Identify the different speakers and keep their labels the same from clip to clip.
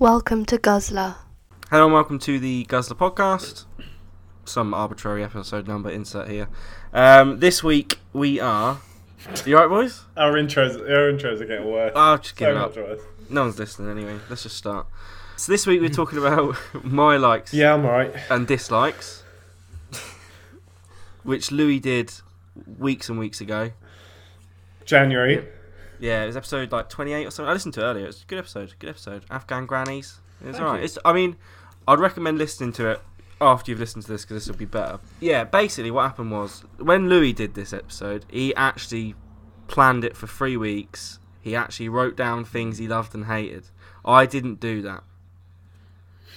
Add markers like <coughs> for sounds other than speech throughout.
Speaker 1: Welcome to Guzzler.
Speaker 2: Hello and welcome to the Guzzler podcast. Some arbitrary episode number insert here. Um, this week we are. You alright, boys?
Speaker 3: Our intros, our intros are getting worse.
Speaker 2: Oh, just
Speaker 3: so
Speaker 2: giving up.
Speaker 3: much worse.
Speaker 2: No one's listening anyway. Let's just start. So this week we're talking about <laughs> my likes
Speaker 3: Yeah, I'm alright.
Speaker 2: and dislikes, which Louis did weeks and weeks ago.
Speaker 3: January.
Speaker 2: Yeah, it was episode like 28 or something. I listened to it earlier. It's a good episode. Good episode. Afghan grannies. It's
Speaker 3: Thank
Speaker 2: alright.
Speaker 3: you.
Speaker 2: It's. I mean, I'd recommend listening to it after you've listened to this because this will be better. Yeah. Basically, what happened was when Louis did this episode, he actually planned it for three weeks. He actually wrote down things he loved and hated. I didn't do that.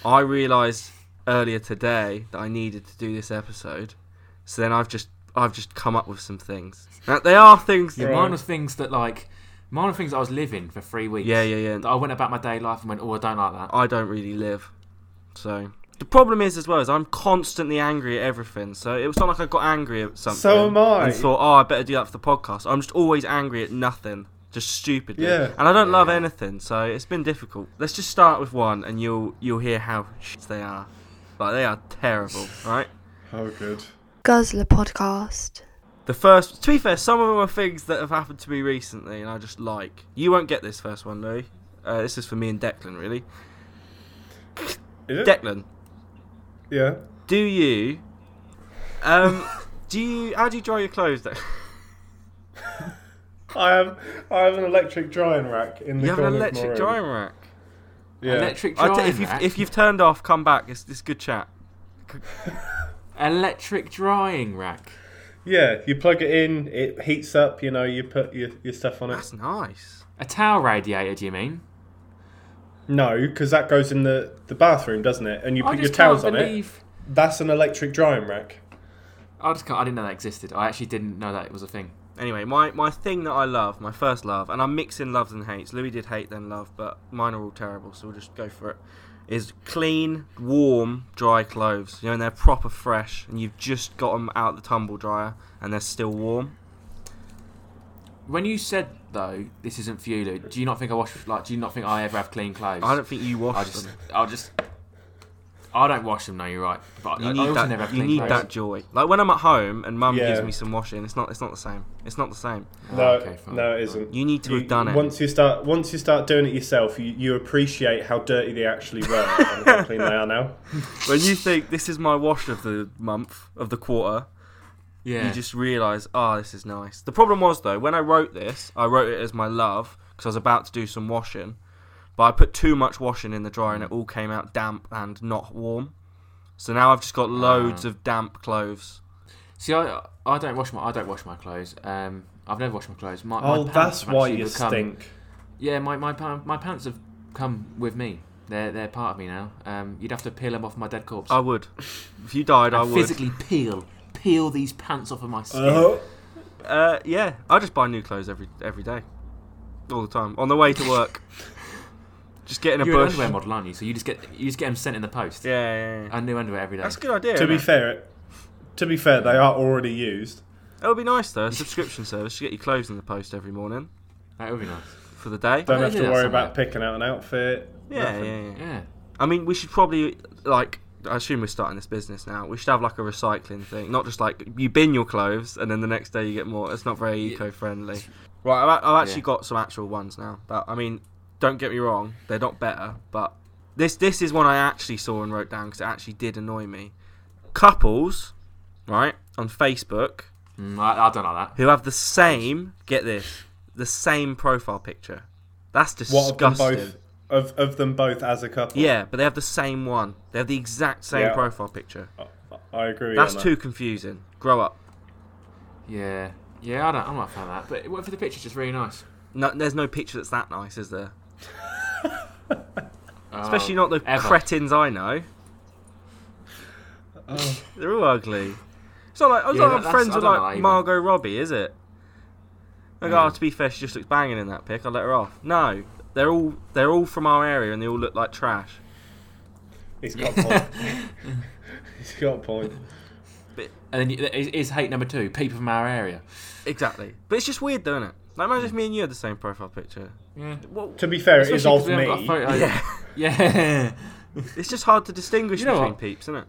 Speaker 2: I realised earlier today that I needed to do this episode, so then I've just I've just come up with some things. Now, they are things.
Speaker 3: Yeah.
Speaker 2: That,
Speaker 3: Right.
Speaker 4: Mine was things that like mine were things I was living for three weeks.
Speaker 2: yeah, yeah, yeah.
Speaker 4: That I went about my day life and went, oh, I don't like that.
Speaker 2: I don't really live. So the problem is as well is I'm constantly angry at everything. So it was not like I got angry at something.
Speaker 3: So am I.
Speaker 2: And thought, oh, I better do that for the podcast. I'm just always angry at nothing, just stupidly.
Speaker 3: Yeah.
Speaker 2: And I don't love
Speaker 4: Yeah.
Speaker 2: anything, so it's been difficult. Let's just start with one, and you'll you'll hear how shit they are. Like they are terrible, right?
Speaker 3: Oh, good.
Speaker 1: Guzzler podcast.
Speaker 2: The first, to be fair, some of them are things that have happened to me recently, and I just like. You won't get this first one, Louis. Uh, this is for me and Declan, really.
Speaker 3: Is it?
Speaker 2: Declan,
Speaker 3: yeah.
Speaker 2: Do you?
Speaker 4: <laughs>
Speaker 2: Um, do you? How do you dry your clothes? Then?
Speaker 3: I have, I have an electric drying rack in the
Speaker 2: You have an
Speaker 3: corner
Speaker 2: electric
Speaker 3: of my room.
Speaker 2: drying rack.
Speaker 3: Yeah.
Speaker 4: Electric
Speaker 2: I
Speaker 4: drying
Speaker 2: t- if you've
Speaker 4: rack.
Speaker 2: if you've turned off, come back. It's this good chat.
Speaker 4: Electric drying rack.
Speaker 3: Yeah. You plug it in, it heats up. You know, you put your, your stuff on it.
Speaker 2: That's nice.
Speaker 4: A towel radiator, do you mean?
Speaker 3: No, because that goes in the, the bathroom, doesn't it? And you
Speaker 4: I
Speaker 3: put your
Speaker 4: just
Speaker 3: towels
Speaker 4: can't
Speaker 3: on it.
Speaker 4: believe.
Speaker 3: That's an electric drying rack.
Speaker 4: I just can't. I didn't know that existed. I actually didn't know that it was a thing.
Speaker 2: Anyway, my, my thing that I love, my first love, and I'm mixing loves and hates. Louis did hate then love, but mine are all terrible, so we'll just go for it. Is clean, warm, dry clothes. You know, and they're proper fresh, and you've just got them out the tumble dryer, and they're still warm.
Speaker 4: When you said though, this isn't for you, Lou. Do you not think I wash like? Do you not think I ever have clean clothes?
Speaker 2: I don't think you wash
Speaker 4: I just.
Speaker 2: them.
Speaker 4: I just. I don't wash them. No, you're right. But
Speaker 2: You
Speaker 4: I, I
Speaker 2: need
Speaker 4: also
Speaker 2: that.
Speaker 4: never have
Speaker 2: you
Speaker 4: clean
Speaker 2: need
Speaker 4: clothes.
Speaker 2: that joy. Like when I'm at home and Mum
Speaker 3: Yeah.
Speaker 2: gives me some washing, it's not. It's not the same. It's not the same.
Speaker 4: Oh,
Speaker 3: No,
Speaker 4: okay, fine.
Speaker 3: no, it isn't.
Speaker 2: Ah, You need to have done it.
Speaker 3: Once you start, once you start doing it yourself, you, you appreciate how dirty they actually were and how clean they are now.
Speaker 2: When you think this is my wash of the month of the quarter,
Speaker 4: Yeah.
Speaker 2: you just realise, ah, this is nice. The problem was though, when I wrote this, I wrote it as my love because I was about to do some washing, but I put too much washing in the dryer and it all came out damp and not warm. So now I've just got loads
Speaker 4: Ah.
Speaker 2: of damp clothes.
Speaker 4: See, I I don't wash my I don't wash my clothes. Um, I've never washed my clothes. My, my
Speaker 3: Oh,
Speaker 4: pants
Speaker 3: that's
Speaker 4: have
Speaker 3: why
Speaker 4: actually
Speaker 3: you
Speaker 4: become-
Speaker 3: stink.
Speaker 4: Yeah, my my pa- my pants have come with me. They're they're part of me now. Um, you'd have to peel them off my dead corpse.
Speaker 2: I would, if you died, Oh, I
Speaker 4: And
Speaker 2: would.
Speaker 4: physically peel peel these pants off of my skin.
Speaker 3: Oh,
Speaker 2: Uh, yeah, I just buy new clothes every every day, all the time. On the way to
Speaker 3: <laughs>
Speaker 2: work, just get in a
Speaker 4: You're an
Speaker 2: bush.
Speaker 4: underwear model, aren't you? So you just get you just get them sent in the post.
Speaker 2: Yeah, yeah, yeah.
Speaker 4: A new underwear every day.
Speaker 2: that's a good idea.
Speaker 3: to be
Speaker 2: innit?
Speaker 3: fair, it- to be fair, they are already used.
Speaker 2: it would be nice though. A subscription service to get your clothes in the post every morning
Speaker 4: That would be nice.
Speaker 2: for the day.
Speaker 3: Don't
Speaker 4: they
Speaker 3: have
Speaker 4: do
Speaker 3: to
Speaker 4: that
Speaker 3: worry about picking out an outfit.
Speaker 2: Yeah, yeah,
Speaker 3: nothing.
Speaker 2: yeah,
Speaker 4: Yeah.
Speaker 2: I mean, we should probably like. I assume we're starting this business now. We should have like a recycling thing, not just like you bin your clothes and then the next day you get more. It's not very
Speaker 4: Yeah.
Speaker 2: eco-friendly. Right, I've, I've actually
Speaker 4: Yeah.
Speaker 2: got some actual ones now. But I mean, don't get me wrong, they're not better. But this this is one I actually saw and wrote down because it actually did annoy me. Couples, right on Facebook,
Speaker 4: Mm, I, I don't like that.
Speaker 2: who have the same get this the same profile picture. That's
Speaker 3: What
Speaker 2: disgusting.
Speaker 3: of them both? Of, of them both as a couple.
Speaker 2: Yeah, but they have the same one. They have the exact same
Speaker 3: Yeah.
Speaker 2: profile picture.
Speaker 4: Oh,
Speaker 3: I- I agree. with you
Speaker 2: That's
Speaker 3: on that.
Speaker 2: too confusing. Grow up.
Speaker 4: Yeah. Yeah, I don't. I'm not a fan of that. But what if the picture's just really nice?
Speaker 2: No, there's no picture that's that nice, is there?
Speaker 4: Oh,
Speaker 2: Especially not the
Speaker 4: ever.
Speaker 2: cretins I know.
Speaker 3: Oh.
Speaker 2: <laughs> They're all ugly. It's not like, it's
Speaker 4: Yeah,
Speaker 2: not like
Speaker 4: that-
Speaker 2: I'm
Speaker 4: that's-
Speaker 2: friends
Speaker 4: I
Speaker 2: with
Speaker 4: don't
Speaker 2: like
Speaker 4: know that either.
Speaker 2: Margot Robbie, is it? Like,
Speaker 4: Mm.
Speaker 2: oh, to be fair, she just looks banging in that pic. I'll let her off. No, they're all they're all from our area and they all look like trash.
Speaker 3: He's got a
Speaker 2: <laughs>
Speaker 3: point. He's got a point.
Speaker 4: Oh. And then you, is, is hate number two people from our area.
Speaker 2: Exactly. But it's just weird, though, isn't it? Like, imagine if me and you had the same profile picture.
Speaker 4: Yeah.
Speaker 2: Well,
Speaker 3: To be fair, it is
Speaker 4: Especially 'cause
Speaker 3: of
Speaker 4: we haven't got
Speaker 3: me.
Speaker 4: a
Speaker 3: <laughs>
Speaker 4: photo-
Speaker 2: yeah,
Speaker 4: Yeah.
Speaker 2: it's just hard to distinguish
Speaker 4: You know
Speaker 2: between
Speaker 4: what?
Speaker 2: peeps, isn't it?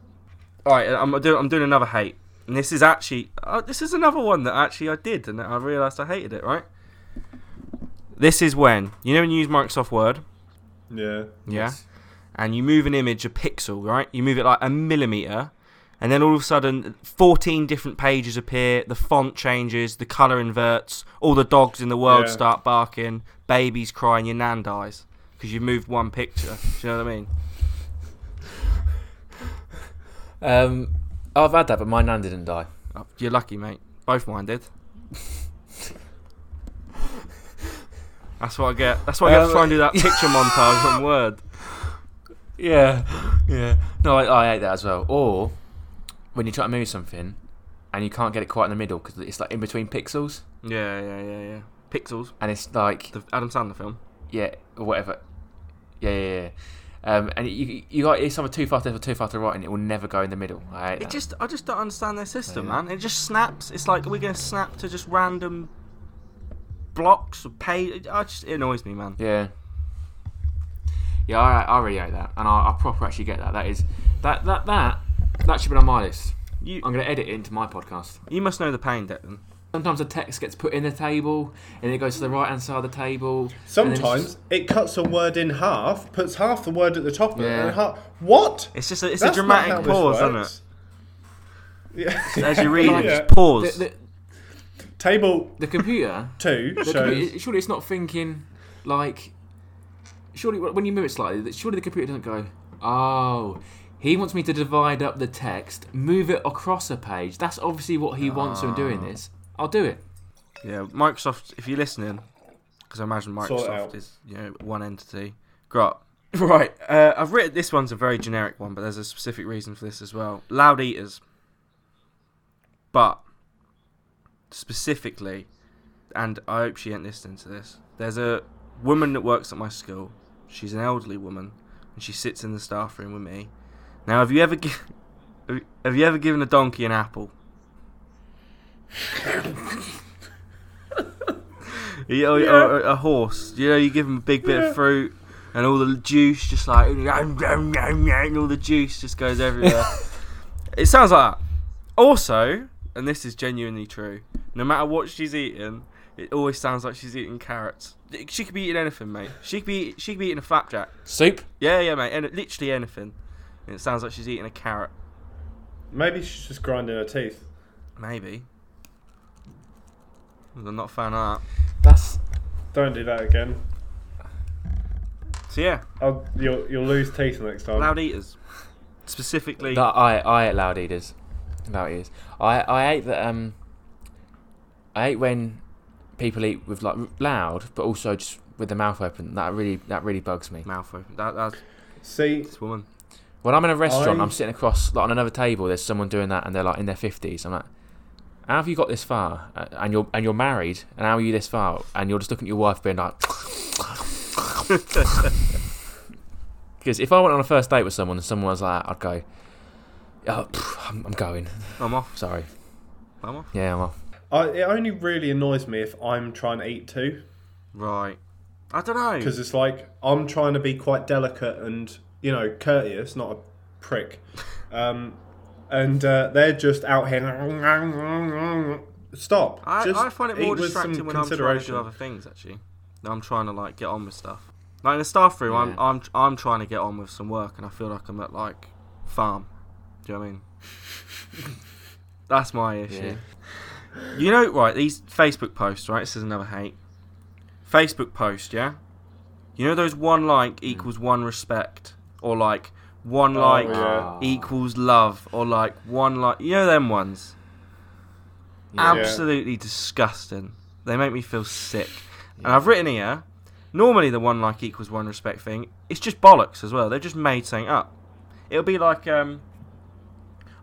Speaker 2: All right, I'm doing I'm doing another hate, and this is actually oh, this is another one that actually I did, and I realised I hated it. Right. This is when you know when you use Microsoft Word,
Speaker 3: Yeah.
Speaker 2: yeah, and you move an image a pixel, right? You move it like a millimeter, and then all of a sudden, 14 different pages appear. The font changes, the color inverts, all the dogs in the world
Speaker 3: Yeah.
Speaker 2: start barking, babies cry, and your nan dies because you've moved one picture. Do you know what I mean?
Speaker 4: <laughs> Um, I've had that, but my nan didn't die.
Speaker 2: Oh, You're lucky, mate. Both mine did. That's what I get. That's why I get to
Speaker 4: Um,
Speaker 2: try and do <laughs> that picture montage on Word.
Speaker 4: Yeah, yeah. No, I, I hate that as well. Or when you try to move something and you can't get it quite in the middle because it's like in between pixels,
Speaker 2: Yeah, yeah, yeah, yeah. Pixels,
Speaker 4: and it's like
Speaker 2: the Adam Sandler film.
Speaker 4: yeah, or whatever. Yeah, yeah, yeah. Um, and you you got it's either too far left or too far to the right, and it will never go in the middle. I hate
Speaker 2: It
Speaker 4: that.
Speaker 2: just, I just don't understand their system,
Speaker 4: Yeah.
Speaker 2: man. It just snaps. It's like we're gonna snap to just random blocks or page. I just, it annoys me, man.
Speaker 4: Yeah. Yeah, I, I really hate that, and I, I proper actually get that. That is that that that that should be on my list.
Speaker 2: You,
Speaker 4: I'm going to edit it into my podcast.
Speaker 2: you must know the pain, Declan.
Speaker 4: Sometimes the text gets put in the table, and it goes to the right hand side of the table. and then it's
Speaker 3: Sometimes it cuts a word in half, puts half the word at the top,
Speaker 4: Yeah.
Speaker 3: and half. What?
Speaker 2: It's just, a, it's a
Speaker 3: That's not how
Speaker 2: dramatic
Speaker 3: this
Speaker 2: pause, isn't
Speaker 3: works.
Speaker 2: it?
Speaker 3: Yeah. <laughs>
Speaker 2: As you read it,
Speaker 3: Yeah.
Speaker 2: just pause.
Speaker 4: just- the, the,
Speaker 3: Table
Speaker 4: the computer,
Speaker 3: two
Speaker 4: the
Speaker 3: shows.
Speaker 4: computer- surely it's not thinking like. Surely, when you move it slightly, surely the computer doesn't go. Oh, he wants me to divide up the text, move it across a page. That's obviously what he wants when doing this. I'll do it.
Speaker 2: Yeah, Microsoft. If you're listening, because I imagine
Speaker 3: Sort it out.
Speaker 2: Microsoft is you know one entity. Grot. <laughs> Right. Uh, I've written this one's a very generic one, but there's a specific reason for this as well. Loud eaters. But specifically, and I hope she ain't listening to this. There's a woman that works at my school. She's an elderly woman, and she sits in the staff room with me. Now, have you ever gi- <laughs> have you- have you ever given a donkey an apple? You- or- or oh, a horse. You know, you give him a big bit
Speaker 3: Yeah.
Speaker 2: of fruit, and all the juice just like <laughs> and all the juice just goes everywhere. it sounds like that. Also, and this is genuinely true. No matter what she's eating, it always sounds like she's eating carrots. She could be eating anything, mate. She could be she could be eating a flapjack.
Speaker 4: Soup.
Speaker 2: Yeah, yeah, mate. And literally anything. And it sounds like she's eating a carrot.
Speaker 3: Maybe she's just grinding her teeth.
Speaker 2: Maybe. I'm not a fan of
Speaker 4: That's
Speaker 3: Don't do that again.
Speaker 2: that. So yeah,
Speaker 3: I'll, you'll, you'll lose teeth next time.
Speaker 2: loud eaters. Specifically,
Speaker 4: that I I hate loud eaters. Loud eaters. I I hate that. Um, I hate when people eat with like loud, but also just with their mouth open. That really that really bugs me.
Speaker 2: mouth open. That, that's
Speaker 3: See,
Speaker 2: this woman.
Speaker 4: When I'm in a restaurant,
Speaker 3: I-
Speaker 4: I'm sitting across like on another table. There's someone doing that, and they're like in their fifties. I'm like, how have you got this far? Uh, And you're and you're married, and how are you this far? And you're just looking at your wife, being like, <laughs> because if I went on a first date with someone and someone was like, I'd go, oh, pff, I'm, I'm going.
Speaker 2: I'm off.
Speaker 4: Sorry.
Speaker 2: I'm off.
Speaker 4: Yeah, well,
Speaker 3: I, it only really annoys me if I'm trying to eat too,
Speaker 2: Right. I don't know.
Speaker 3: because it's like I'm trying to be quite delicate and you know courteous, not a prick, um, and uh, they're just out here. Stop.
Speaker 2: I,
Speaker 3: just
Speaker 2: I find it more
Speaker 3: eat with some
Speaker 2: distracting when I'm trying to
Speaker 3: consideration.
Speaker 2: do other things. Actually, Now I'm trying to like get on with stuff. Like in the staff room, I'm
Speaker 4: Yeah.
Speaker 2: I'm I'm trying to get on with some work, and I feel like I'm at like farm. Do you know what I mean? That's my issue. You know, right? These Facebook posts, right? This is another hate. Facebook post, yeah. You know those one like equals one respect, or like one
Speaker 3: Hmm. Oh,
Speaker 2: like
Speaker 3: yeah.
Speaker 2: equals love, or like one like. You know them ones.
Speaker 4: Yeah.
Speaker 2: Absolutely disgusting. They make me feel sick. And I've written here, normally the one like equals one respect thing, it's just bollocks as well. They've just made something up. It'll be like, um,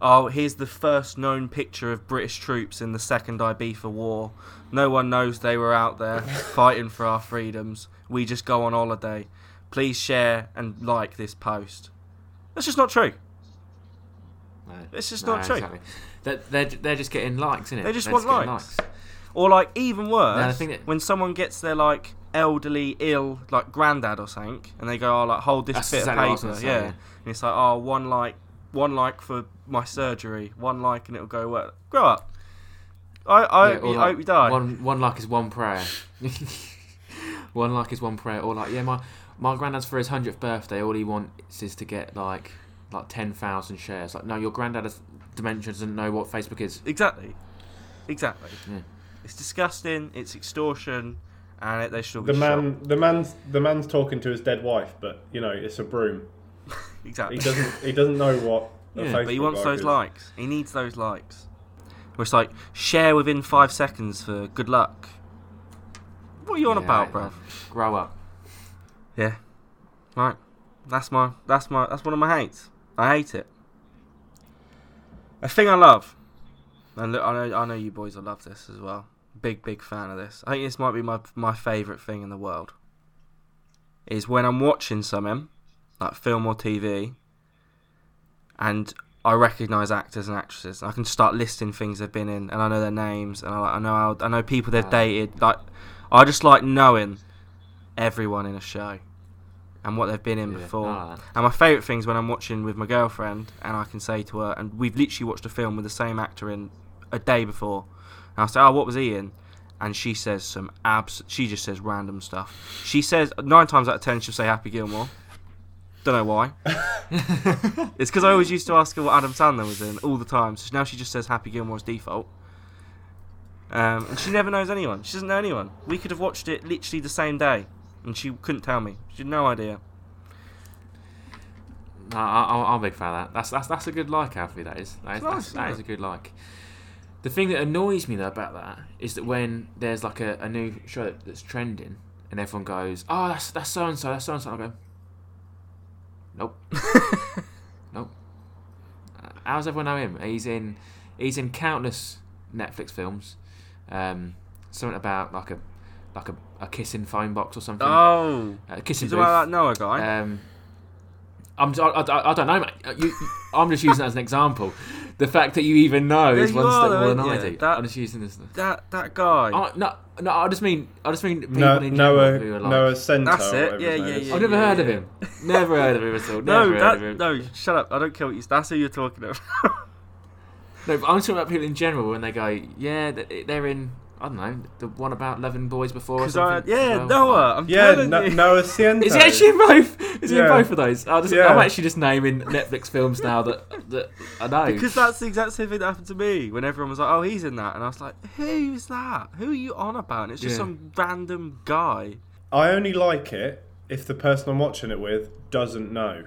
Speaker 2: oh, here's the first known picture of British troops in the Second Ibiza War. No one knows they were out there fighting for our freedoms. We just go on holiday. Please share and like this post. That's just not true.
Speaker 4: No.
Speaker 2: It's just
Speaker 4: No,
Speaker 2: not true.
Speaker 4: Exactly. They're, they're, ju- they're just getting likes, innit?
Speaker 2: They just
Speaker 4: They're
Speaker 2: want
Speaker 4: getting
Speaker 2: likes. Or like even worse,
Speaker 4: No, I think it-
Speaker 2: when someone gets their like elderly, ill, like granddad or something, and they go, "Oh, like hold this
Speaker 4: That's
Speaker 2: bit
Speaker 4: exactly what I
Speaker 2: of
Speaker 4: was
Speaker 2: paper,"
Speaker 4: gonna say,
Speaker 2: yeah.
Speaker 4: yeah.
Speaker 2: and it's like, "Oh, one like, one like for my surgery, one like, and it'll go well. Grow up. I, I,
Speaker 4: Yeah,
Speaker 2: hope,
Speaker 4: or
Speaker 2: you, I
Speaker 4: like,
Speaker 2: hope you die.
Speaker 4: One, one like is one prayer. <laughs> one like is one prayer. Or like, yeah, my my granddad's for his hundredth birthday. All he wants is to get like like ten thousand shares. Like, no, your granddad has dementia doesn't know what Facebook is.
Speaker 2: Exactly, exactly.
Speaker 4: Yeah.
Speaker 2: It's disgusting. It's extortion, and it, they should all
Speaker 3: The
Speaker 2: be
Speaker 3: man, the man's, the man's talking to his dead wife, but you know it's a broom.
Speaker 2: shot. <laughs>
Speaker 3: He
Speaker 2: Exactly.
Speaker 3: doesn't, he doesn't know what. a
Speaker 4: Yeah,
Speaker 3: Facebook
Speaker 2: but he wants
Speaker 3: like
Speaker 2: those
Speaker 3: is.
Speaker 2: likes. He needs those likes. Where it's like share within five seconds for good luck. What are you on
Speaker 4: Yeah,
Speaker 2: about, bruv?
Speaker 4: right, man. Grow up.
Speaker 2: Yeah. Right. That's my that's my that's one of my hates. I hate it. A thing I love. And look, I know I know you boys will love this as well. Big big fan of this. I think this might be my my favorite thing in the world. Is when I'm watching something, like film or TV, and I recognise actors and actresses. I can start listing things they've been in, and I know their names, and I, I know how, I know people they've
Speaker 4: Wow.
Speaker 2: dated. Like, I just like knowing everyone in a show and what they've been in
Speaker 4: Yeah, Ah.
Speaker 2: before.
Speaker 4: I like that.
Speaker 2: And my favourite thing is when I'm watching with my girlfriend, and I can say to her, and we've literally watched a film with the same actor in a day before, and I will say, "Oh, what was he in?" And she says some abs. She just says random stuff. She says nine times out of ten she'll say Happy Gilmore. Don't know why. It's because I always used to ask her what Adam Sandler was in all the time. So now she just says Happy Gilmore's default. Um, and she never knows anyone. She doesn't know anyone. We could have watched it literally the same day, and she couldn't tell me. She had no idea.
Speaker 4: No, I, I, I'm a big fan of that. That's that's that's a good like, Alfie. That is that is,
Speaker 2: Nice,
Speaker 4: that's, that
Speaker 2: isn't
Speaker 4: is a good like. The thing that annoys me though about that is that when there's like a, a new show that, that's trending and everyone goes, "Oh, that's that's so and so, that's so and so," I go,
Speaker 2: <laughs>
Speaker 4: "Nope, nope." Uh, How does everyone know him? He's in he's in countless Netflix films. Um, something about like a like a, a kissing phone box or something.
Speaker 2: Oh,
Speaker 4: a kissing
Speaker 2: she's
Speaker 4: booth.
Speaker 2: about that Noah guy.
Speaker 4: Um, I'm, I, I, I don't know, mate. You, you- I'm just using that as an example. The fact that you even know
Speaker 2: Yeah,
Speaker 4: is
Speaker 2: you
Speaker 4: one
Speaker 2: are,
Speaker 4: step
Speaker 2: though,
Speaker 4: more than
Speaker 2: ain't
Speaker 4: I
Speaker 2: you?
Speaker 4: do.
Speaker 2: That-
Speaker 4: I'm just using this.
Speaker 2: that that guy.
Speaker 4: I, no, no, I just mean, I just mean people
Speaker 3: No,
Speaker 4: in
Speaker 3: Noah,
Speaker 4: general who are like,
Speaker 3: Noah Cento.
Speaker 2: That's it,
Speaker 3: or whatever
Speaker 2: yeah,
Speaker 3: his
Speaker 2: yeah,
Speaker 3: name is.
Speaker 2: yeah,
Speaker 4: I've never heard of
Speaker 2: yeah.
Speaker 4: him. Never heard of him at all.
Speaker 2: <laughs>
Speaker 4: Never
Speaker 2: no,
Speaker 4: heard
Speaker 2: that
Speaker 4: of him.
Speaker 2: no. Shut up! I don't care what you. That's who you're talking about.
Speaker 4: No, but I'm talking about people in general when they go, yeah, th- they're in. I don't know the one about loving boys before
Speaker 2: <laughs>
Speaker 4: or
Speaker 2: 'Cause I-
Speaker 4: something.
Speaker 2: yeah,
Speaker 4: as well.
Speaker 2: Noah. I'm
Speaker 3: Yeah,
Speaker 2: telling
Speaker 3: no,
Speaker 2: you.
Speaker 3: Noah Ciento.
Speaker 4: <laughs> Is he actually in both? Is he in
Speaker 3: Yeah.
Speaker 4: both of those? I just,
Speaker 3: Yeah.
Speaker 4: I'm actually just naming Netflix films now that that I know.
Speaker 2: Because that's the exact same thing that happened to me when everyone was like, "Oh, he's in that," and I was like, "Who's that? Who are you on about?" And it's just
Speaker 4: Yeah.
Speaker 2: some random guy.
Speaker 3: I only like it if the person I'm watching it with doesn't know.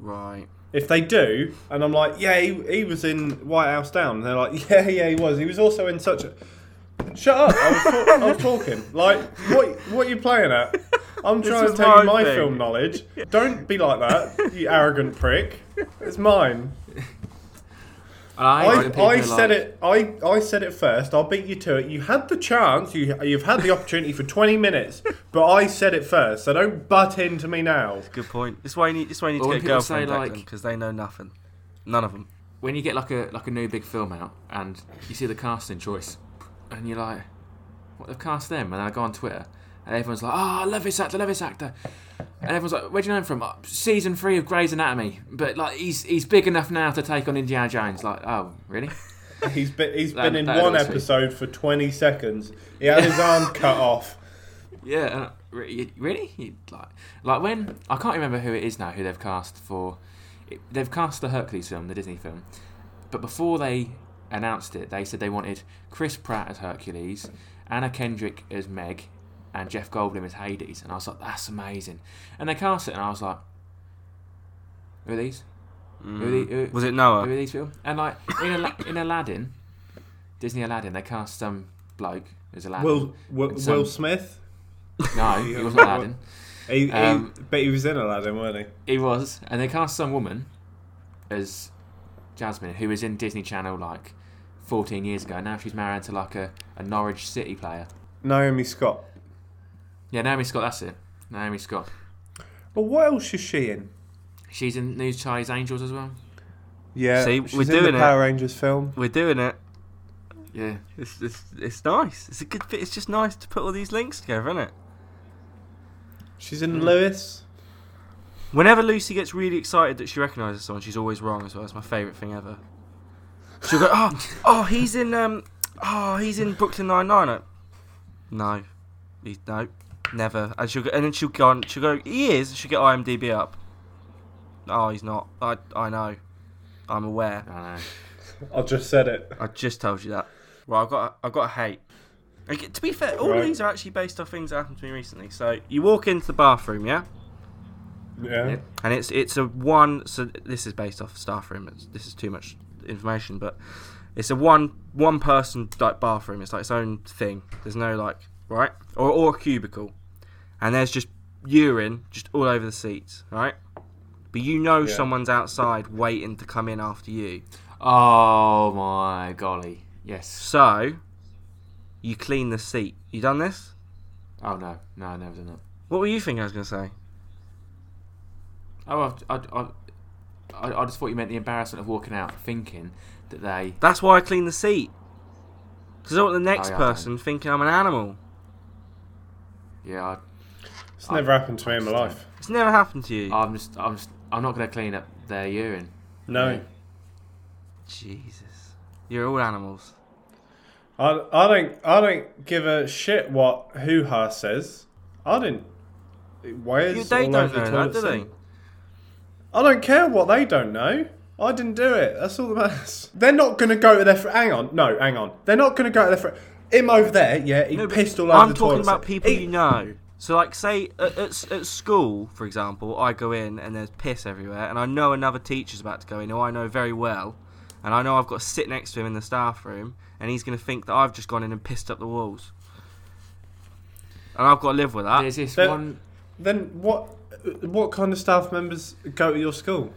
Speaker 2: Right.
Speaker 3: If they do, and I'm like, yeah, he, he was in White House Down, and they're like, <laughs> yeah, yeah, he was. He was also in such a. Shut up! I was, ta- I was talking. Like, what? What are you playing at? I'm trying to
Speaker 2: is
Speaker 3: tell you
Speaker 2: my
Speaker 3: my
Speaker 2: thing.
Speaker 3: film knowledge. Don't be like that, you arrogant prick. It's mine.
Speaker 4: I,
Speaker 3: I,
Speaker 4: people
Speaker 3: I
Speaker 4: are
Speaker 3: said
Speaker 4: like-
Speaker 3: it. I, I said it first. I'll beat you to it. You had the chance. You you've had the opportunity for 20 minutes, but I said it first. So don't butt into me now.
Speaker 2: Good point. This why you need. This why you need
Speaker 4: Or
Speaker 2: to
Speaker 4: when
Speaker 2: get a
Speaker 4: people say,
Speaker 2: girlfriend back
Speaker 4: like-
Speaker 2: because they know nothing. None of them.
Speaker 4: when you get like a like a new big film out and you see the casting choice and you're like what they've cast them and I go on Twitter and everyone's like oh I love this actor love this actor and everyone's like where do you know him from "Oh, season 3 of Grey's Anatomy but like he's he's big enough now to take on Indiana Jones like oh really
Speaker 3: He's been he's
Speaker 4: That-
Speaker 3: been in
Speaker 4: that
Speaker 3: one
Speaker 4: also-
Speaker 3: episode for 20 seconds. He had his arm cut off.
Speaker 4: yeah and I- re- you- really You- like like when I can't remember who it is now who they've cast for it- they've cast the Hercules film the Disney film but before they announced it, they said they wanted Chris Pratt as Hercules, Anna Kendrick as Meg, and Jeff Goldblum as Hades. And I was like, that's amazing. And they cast it, and I was like, who are these? Who, are the- who-
Speaker 2: Was it
Speaker 4: who are
Speaker 2: Noah?
Speaker 4: these people? And like in, Ala- in Aladdin, Disney Aladdin, they cast some bloke as Aladdin.
Speaker 3: Will Will,
Speaker 4: And some-
Speaker 3: Will Smith?
Speaker 4: no, he wasn't Aladdin.
Speaker 3: He, he-
Speaker 4: Um,
Speaker 3: but he was in Aladdin, wasn't
Speaker 4: He was, and they cast some woman as Jasmine, who was in Disney Channel like 14 years ago. Now she's married to like a, a Norwich City player.
Speaker 3: he? Naomi Scott.
Speaker 4: Yeah, Naomi Scott. That's it. Naomi Scott.
Speaker 3: Well, what else is she in?
Speaker 4: She's in New Charlie's Angels as well.
Speaker 3: Yeah,
Speaker 2: See,
Speaker 3: she's
Speaker 2: we're
Speaker 3: in
Speaker 2: doing
Speaker 3: the
Speaker 2: it.
Speaker 3: Power Rangers film.
Speaker 2: We're doing it.
Speaker 4: Yeah.
Speaker 2: It's, it's, it's nice. It's a good fit. It's just nice to put all these links together, isn't it?
Speaker 3: She's in Lewis.
Speaker 2: Whenever Lucy gets really excited that she recognises someone, she's always wrong as well. It's my favourite thing ever. She'll go, oh, oh, he's in, um, oh, he's in Brooklyn Nine Nine. No, he's no, never. And she'll go, and then she'll go, on, she'll go, he is. and She'll get IMDb up. Oh, he's not. I, I know. I'm aware.
Speaker 4: I know.
Speaker 3: I just said it.
Speaker 2: I just told you that. Right, I've got, a, I've got a hate. Okay, To be fair, all
Speaker 3: Right.
Speaker 2: these are actually based off things that happened to me recently. So you walk into the bathroom, yeah.
Speaker 3: Yeah.
Speaker 4: Yep.
Speaker 2: and it's it's a one. So this is based off staff room. It's, this is too much information, but it's a one one person like bathroom. It's like its own thing. There's no like right or or a cubicle, and there's just urine just all over the seats, right? But you know
Speaker 3: Yeah.
Speaker 2: someone's outside waiting to come in after you,
Speaker 4: Oh my golly. Yes.
Speaker 2: so you clean the seat. You done this?
Speaker 4: Oh no. No, I never done that.
Speaker 2: What were you thinking? I was gonna say.
Speaker 4: Oh, I, I, I, I, I just thought you meant the embarrassment of walking out, thinking that they.
Speaker 2: That's why I clean the seat. Because I want the next
Speaker 4: Oh, yeah, I don't.
Speaker 2: person thinking I'm an animal.
Speaker 4: Yeah.
Speaker 3: It's never happened to me in my life.
Speaker 2: It's never happened to you.
Speaker 4: I, I'm just. I'm just. I'm not going to clean up their urine.
Speaker 3: No.
Speaker 2: Jesus. You're all animals.
Speaker 3: I, I don't I don't give a shit what who her says. I didn't. Where's
Speaker 2: You- they
Speaker 3: all
Speaker 2: don't
Speaker 3: over the
Speaker 2: know that,
Speaker 3: toilet
Speaker 2: do they?
Speaker 3: seat? I don't care what they don't know. I didn't do it. That's all that matters. <laughs> They're not gonna go to their. Fr- hang on, no, hang on. They're not gonna go to their. Fr- him over there, yeah, he
Speaker 2: No, but
Speaker 3: pissed all over
Speaker 2: I'm
Speaker 3: the
Speaker 2: talking
Speaker 3: toilet
Speaker 2: about
Speaker 3: seat.
Speaker 2: people
Speaker 3: He-
Speaker 2: you know. So, like, say at, at, s- at school, for example, I go in and there's piss everywhere, and I know another teacher's about to go in who I know very well, and I know I've got to sit next to him in the staff room, and he's going to think that I've just gone in and pissed up the walls. And I've got to live with that.
Speaker 4: There's this
Speaker 3: That-
Speaker 4: one.
Speaker 3: Then what? What kind of staff members go to your school?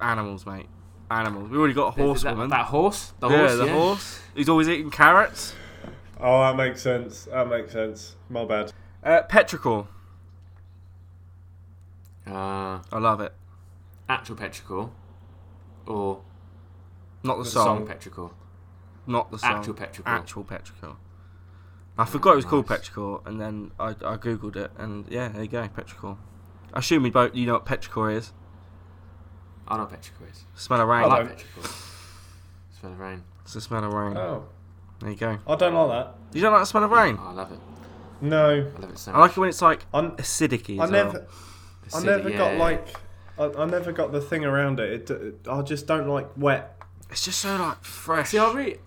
Speaker 2: Animals, mate. Animals. We've already got a
Speaker 4: Horse
Speaker 2: horse
Speaker 4: that,
Speaker 2: woman.
Speaker 4: that horse. The
Speaker 2: yeah,
Speaker 4: horse.
Speaker 2: the
Speaker 4: yeah.
Speaker 2: horse. He's always eating carrots.
Speaker 3: Oh, that makes sense. That makes sense. My bad.
Speaker 2: Uh, petrichor.
Speaker 4: Uh,
Speaker 2: I love it.
Speaker 4: actual petrichor, or
Speaker 2: Not the,
Speaker 4: the
Speaker 2: song.
Speaker 4: song petrichor.
Speaker 2: Not the song.
Speaker 4: Actual petrichor.
Speaker 2: Actual petrichor. I forgot it was called
Speaker 4: nice.
Speaker 2: petrichor, and then I, I googled it, and yeah, there you go, petrichor. I assume we both you know what petrichor is.
Speaker 4: I know what petrichor is.
Speaker 2: Smell of
Speaker 4: I
Speaker 2: rain.
Speaker 4: like petrichor. Smell of rain.
Speaker 2: It's the smell of rain.
Speaker 4: Uh.
Speaker 3: Oh,
Speaker 2: There you go.
Speaker 3: I don't like that.
Speaker 2: You don't like the smell of rain?
Speaker 4: Oh, I love it.
Speaker 3: No,
Speaker 4: I love it so
Speaker 2: I
Speaker 4: much.
Speaker 2: like it when it's like
Speaker 3: I'm.
Speaker 2: acidic.
Speaker 3: I
Speaker 2: As
Speaker 3: never.
Speaker 2: well.
Speaker 3: I
Speaker 4: Acidic,
Speaker 3: never got
Speaker 4: yeah.
Speaker 3: like, I, I never got the thing around it. It, it. I just don't like wet.
Speaker 2: It's just so like fresh.
Speaker 4: See, I really,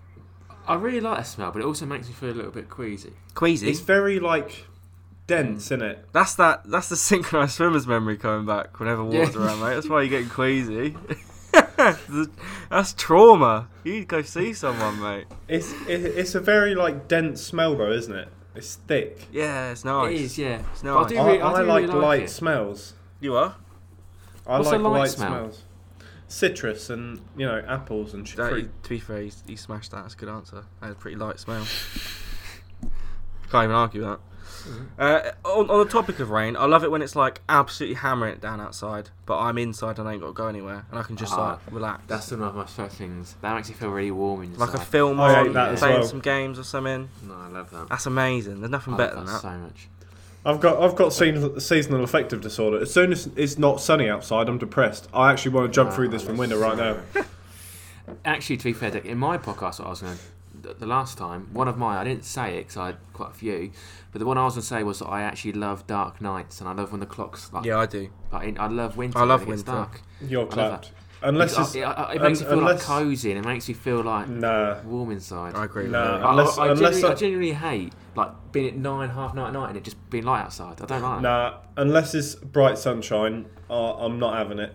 Speaker 4: I really like the smell, but it also makes me feel a little bit queasy.
Speaker 2: Queasy.
Speaker 3: It's very like
Speaker 4: Hmm.
Speaker 3: dense in it.
Speaker 2: That's that. That's the <laughs> synchronized swimmers memory coming back whenever water's
Speaker 4: Yeah.
Speaker 2: around, mate. That's why you're getting queasy. <laughs> that's trauma. You would go see someone, mate.
Speaker 3: It's it, it's a very like dense smell though, isn't it? It's thick.
Speaker 2: Yeah, it's nice.
Speaker 4: It is, yeah.
Speaker 2: It's
Speaker 4: But
Speaker 2: nice.
Speaker 4: I do,
Speaker 3: I,
Speaker 4: really, I,
Speaker 3: I
Speaker 4: do
Speaker 3: like
Speaker 4: really like
Speaker 3: light
Speaker 4: it.
Speaker 3: smells.
Speaker 2: You are.
Speaker 3: I
Speaker 4: What's a
Speaker 3: like
Speaker 4: light
Speaker 3: light
Speaker 4: smell?
Speaker 3: smells. Citrus and you know apples and shit.
Speaker 2: That,
Speaker 3: Fruit.
Speaker 2: to be fair, he's, he smashed that. That's a good answer. That had a pretty light
Speaker 4: <laughs>
Speaker 2: smell. Can't even argue that.
Speaker 4: Mm-hmm.
Speaker 2: Uh, on, on the topic of rain, I love it when it's like absolutely hammering it down outside, but I'm inside and I ain't got to go anywhere, and I can just
Speaker 4: Ah,
Speaker 2: like relax.
Speaker 4: That's one of my favourite things. That makes you feel really warm inside. Oh,
Speaker 2: like a film
Speaker 3: I hate
Speaker 2: on,
Speaker 3: that
Speaker 4: as
Speaker 2: playing
Speaker 3: well.
Speaker 2: some games or something.
Speaker 4: No, I love that.
Speaker 2: That's amazing. There's nothing
Speaker 4: I
Speaker 2: better
Speaker 4: love
Speaker 2: than
Speaker 4: that
Speaker 2: that.
Speaker 4: so much.
Speaker 3: I've got I've got seasonal, seasonal affective disorder. As soon as it's not sunny outside, I'm depressed. I actually want to jump
Speaker 4: No,
Speaker 3: through
Speaker 4: I
Speaker 3: this from
Speaker 4: love
Speaker 3: window right now.
Speaker 4: Actually, to be fair, Dick, in my podcast, what I was going to, the last time, one of mine, I didn't say it because I had quite a few, but the one I was going to say was that I actually love dark nights and I love when the clocks like.
Speaker 2: Yeah, I do.
Speaker 4: But in, I love winter.
Speaker 2: I love
Speaker 4: when it gets
Speaker 2: winter.
Speaker 4: Dark.
Speaker 3: You're
Speaker 4: I love
Speaker 3: clapped. Unless
Speaker 4: Because
Speaker 3: it's
Speaker 4: I- I- it makes
Speaker 3: un-
Speaker 4: you feel
Speaker 3: unless-
Speaker 4: like cozy and it makes you feel like
Speaker 3: nah.
Speaker 4: warm inside.
Speaker 2: I agree.
Speaker 3: Nah.
Speaker 2: With that.
Speaker 4: I-
Speaker 3: Unless-
Speaker 4: I, I,
Speaker 3: unless
Speaker 4: genuinely,
Speaker 3: I-
Speaker 4: I genuinely hate like being at nine, half nine at night, and it just being light outside. I don't like. that.
Speaker 3: Nah, unless it's bright sunshine, uh, I'm not having it.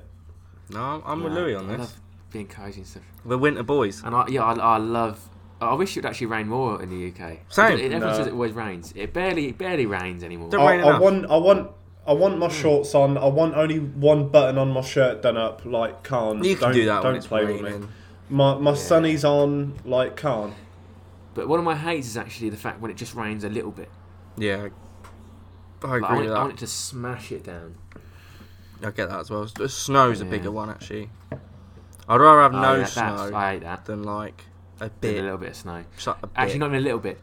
Speaker 2: No, I'm, I'm with
Speaker 4: Nah,
Speaker 2: Louis on
Speaker 4: I
Speaker 2: this.
Speaker 4: love being cozy and stuff.
Speaker 2: We're winter boys.
Speaker 4: And I, yeah, I, I love. I wish it would actually rain more in the UK.
Speaker 2: Same.
Speaker 4: It- everyone
Speaker 3: No.
Speaker 4: says it always rains. It barely, it barely rains anymore.
Speaker 2: Don't-
Speaker 3: I,
Speaker 2: rain
Speaker 3: I
Speaker 2: enough.
Speaker 3: want, I want, I want my shorts on. I want only one button on my shirt done up. Like, can't.
Speaker 2: You can
Speaker 3: don't,
Speaker 2: do that
Speaker 3: Don't
Speaker 2: when it's
Speaker 3: play with me.
Speaker 2: raining.
Speaker 3: My my sunnies on. Like, can't.
Speaker 4: But one of my hates is actually the fact when it just rains a little bit.
Speaker 2: Yeah, I agree
Speaker 4: Like, I, want
Speaker 2: with
Speaker 4: it,
Speaker 2: that.
Speaker 4: I want it to smash it down.
Speaker 2: I get that as well. S- Snow's a
Speaker 4: Yeah.
Speaker 2: bigger one actually. I'd rather have
Speaker 4: Oh,
Speaker 2: no
Speaker 4: yeah, that's-
Speaker 2: snow
Speaker 4: I hate that.
Speaker 2: than like a
Speaker 4: in a
Speaker 2: bit.
Speaker 4: little bit of snow.
Speaker 2: Shut a bit.
Speaker 4: Actually, not even a little bit.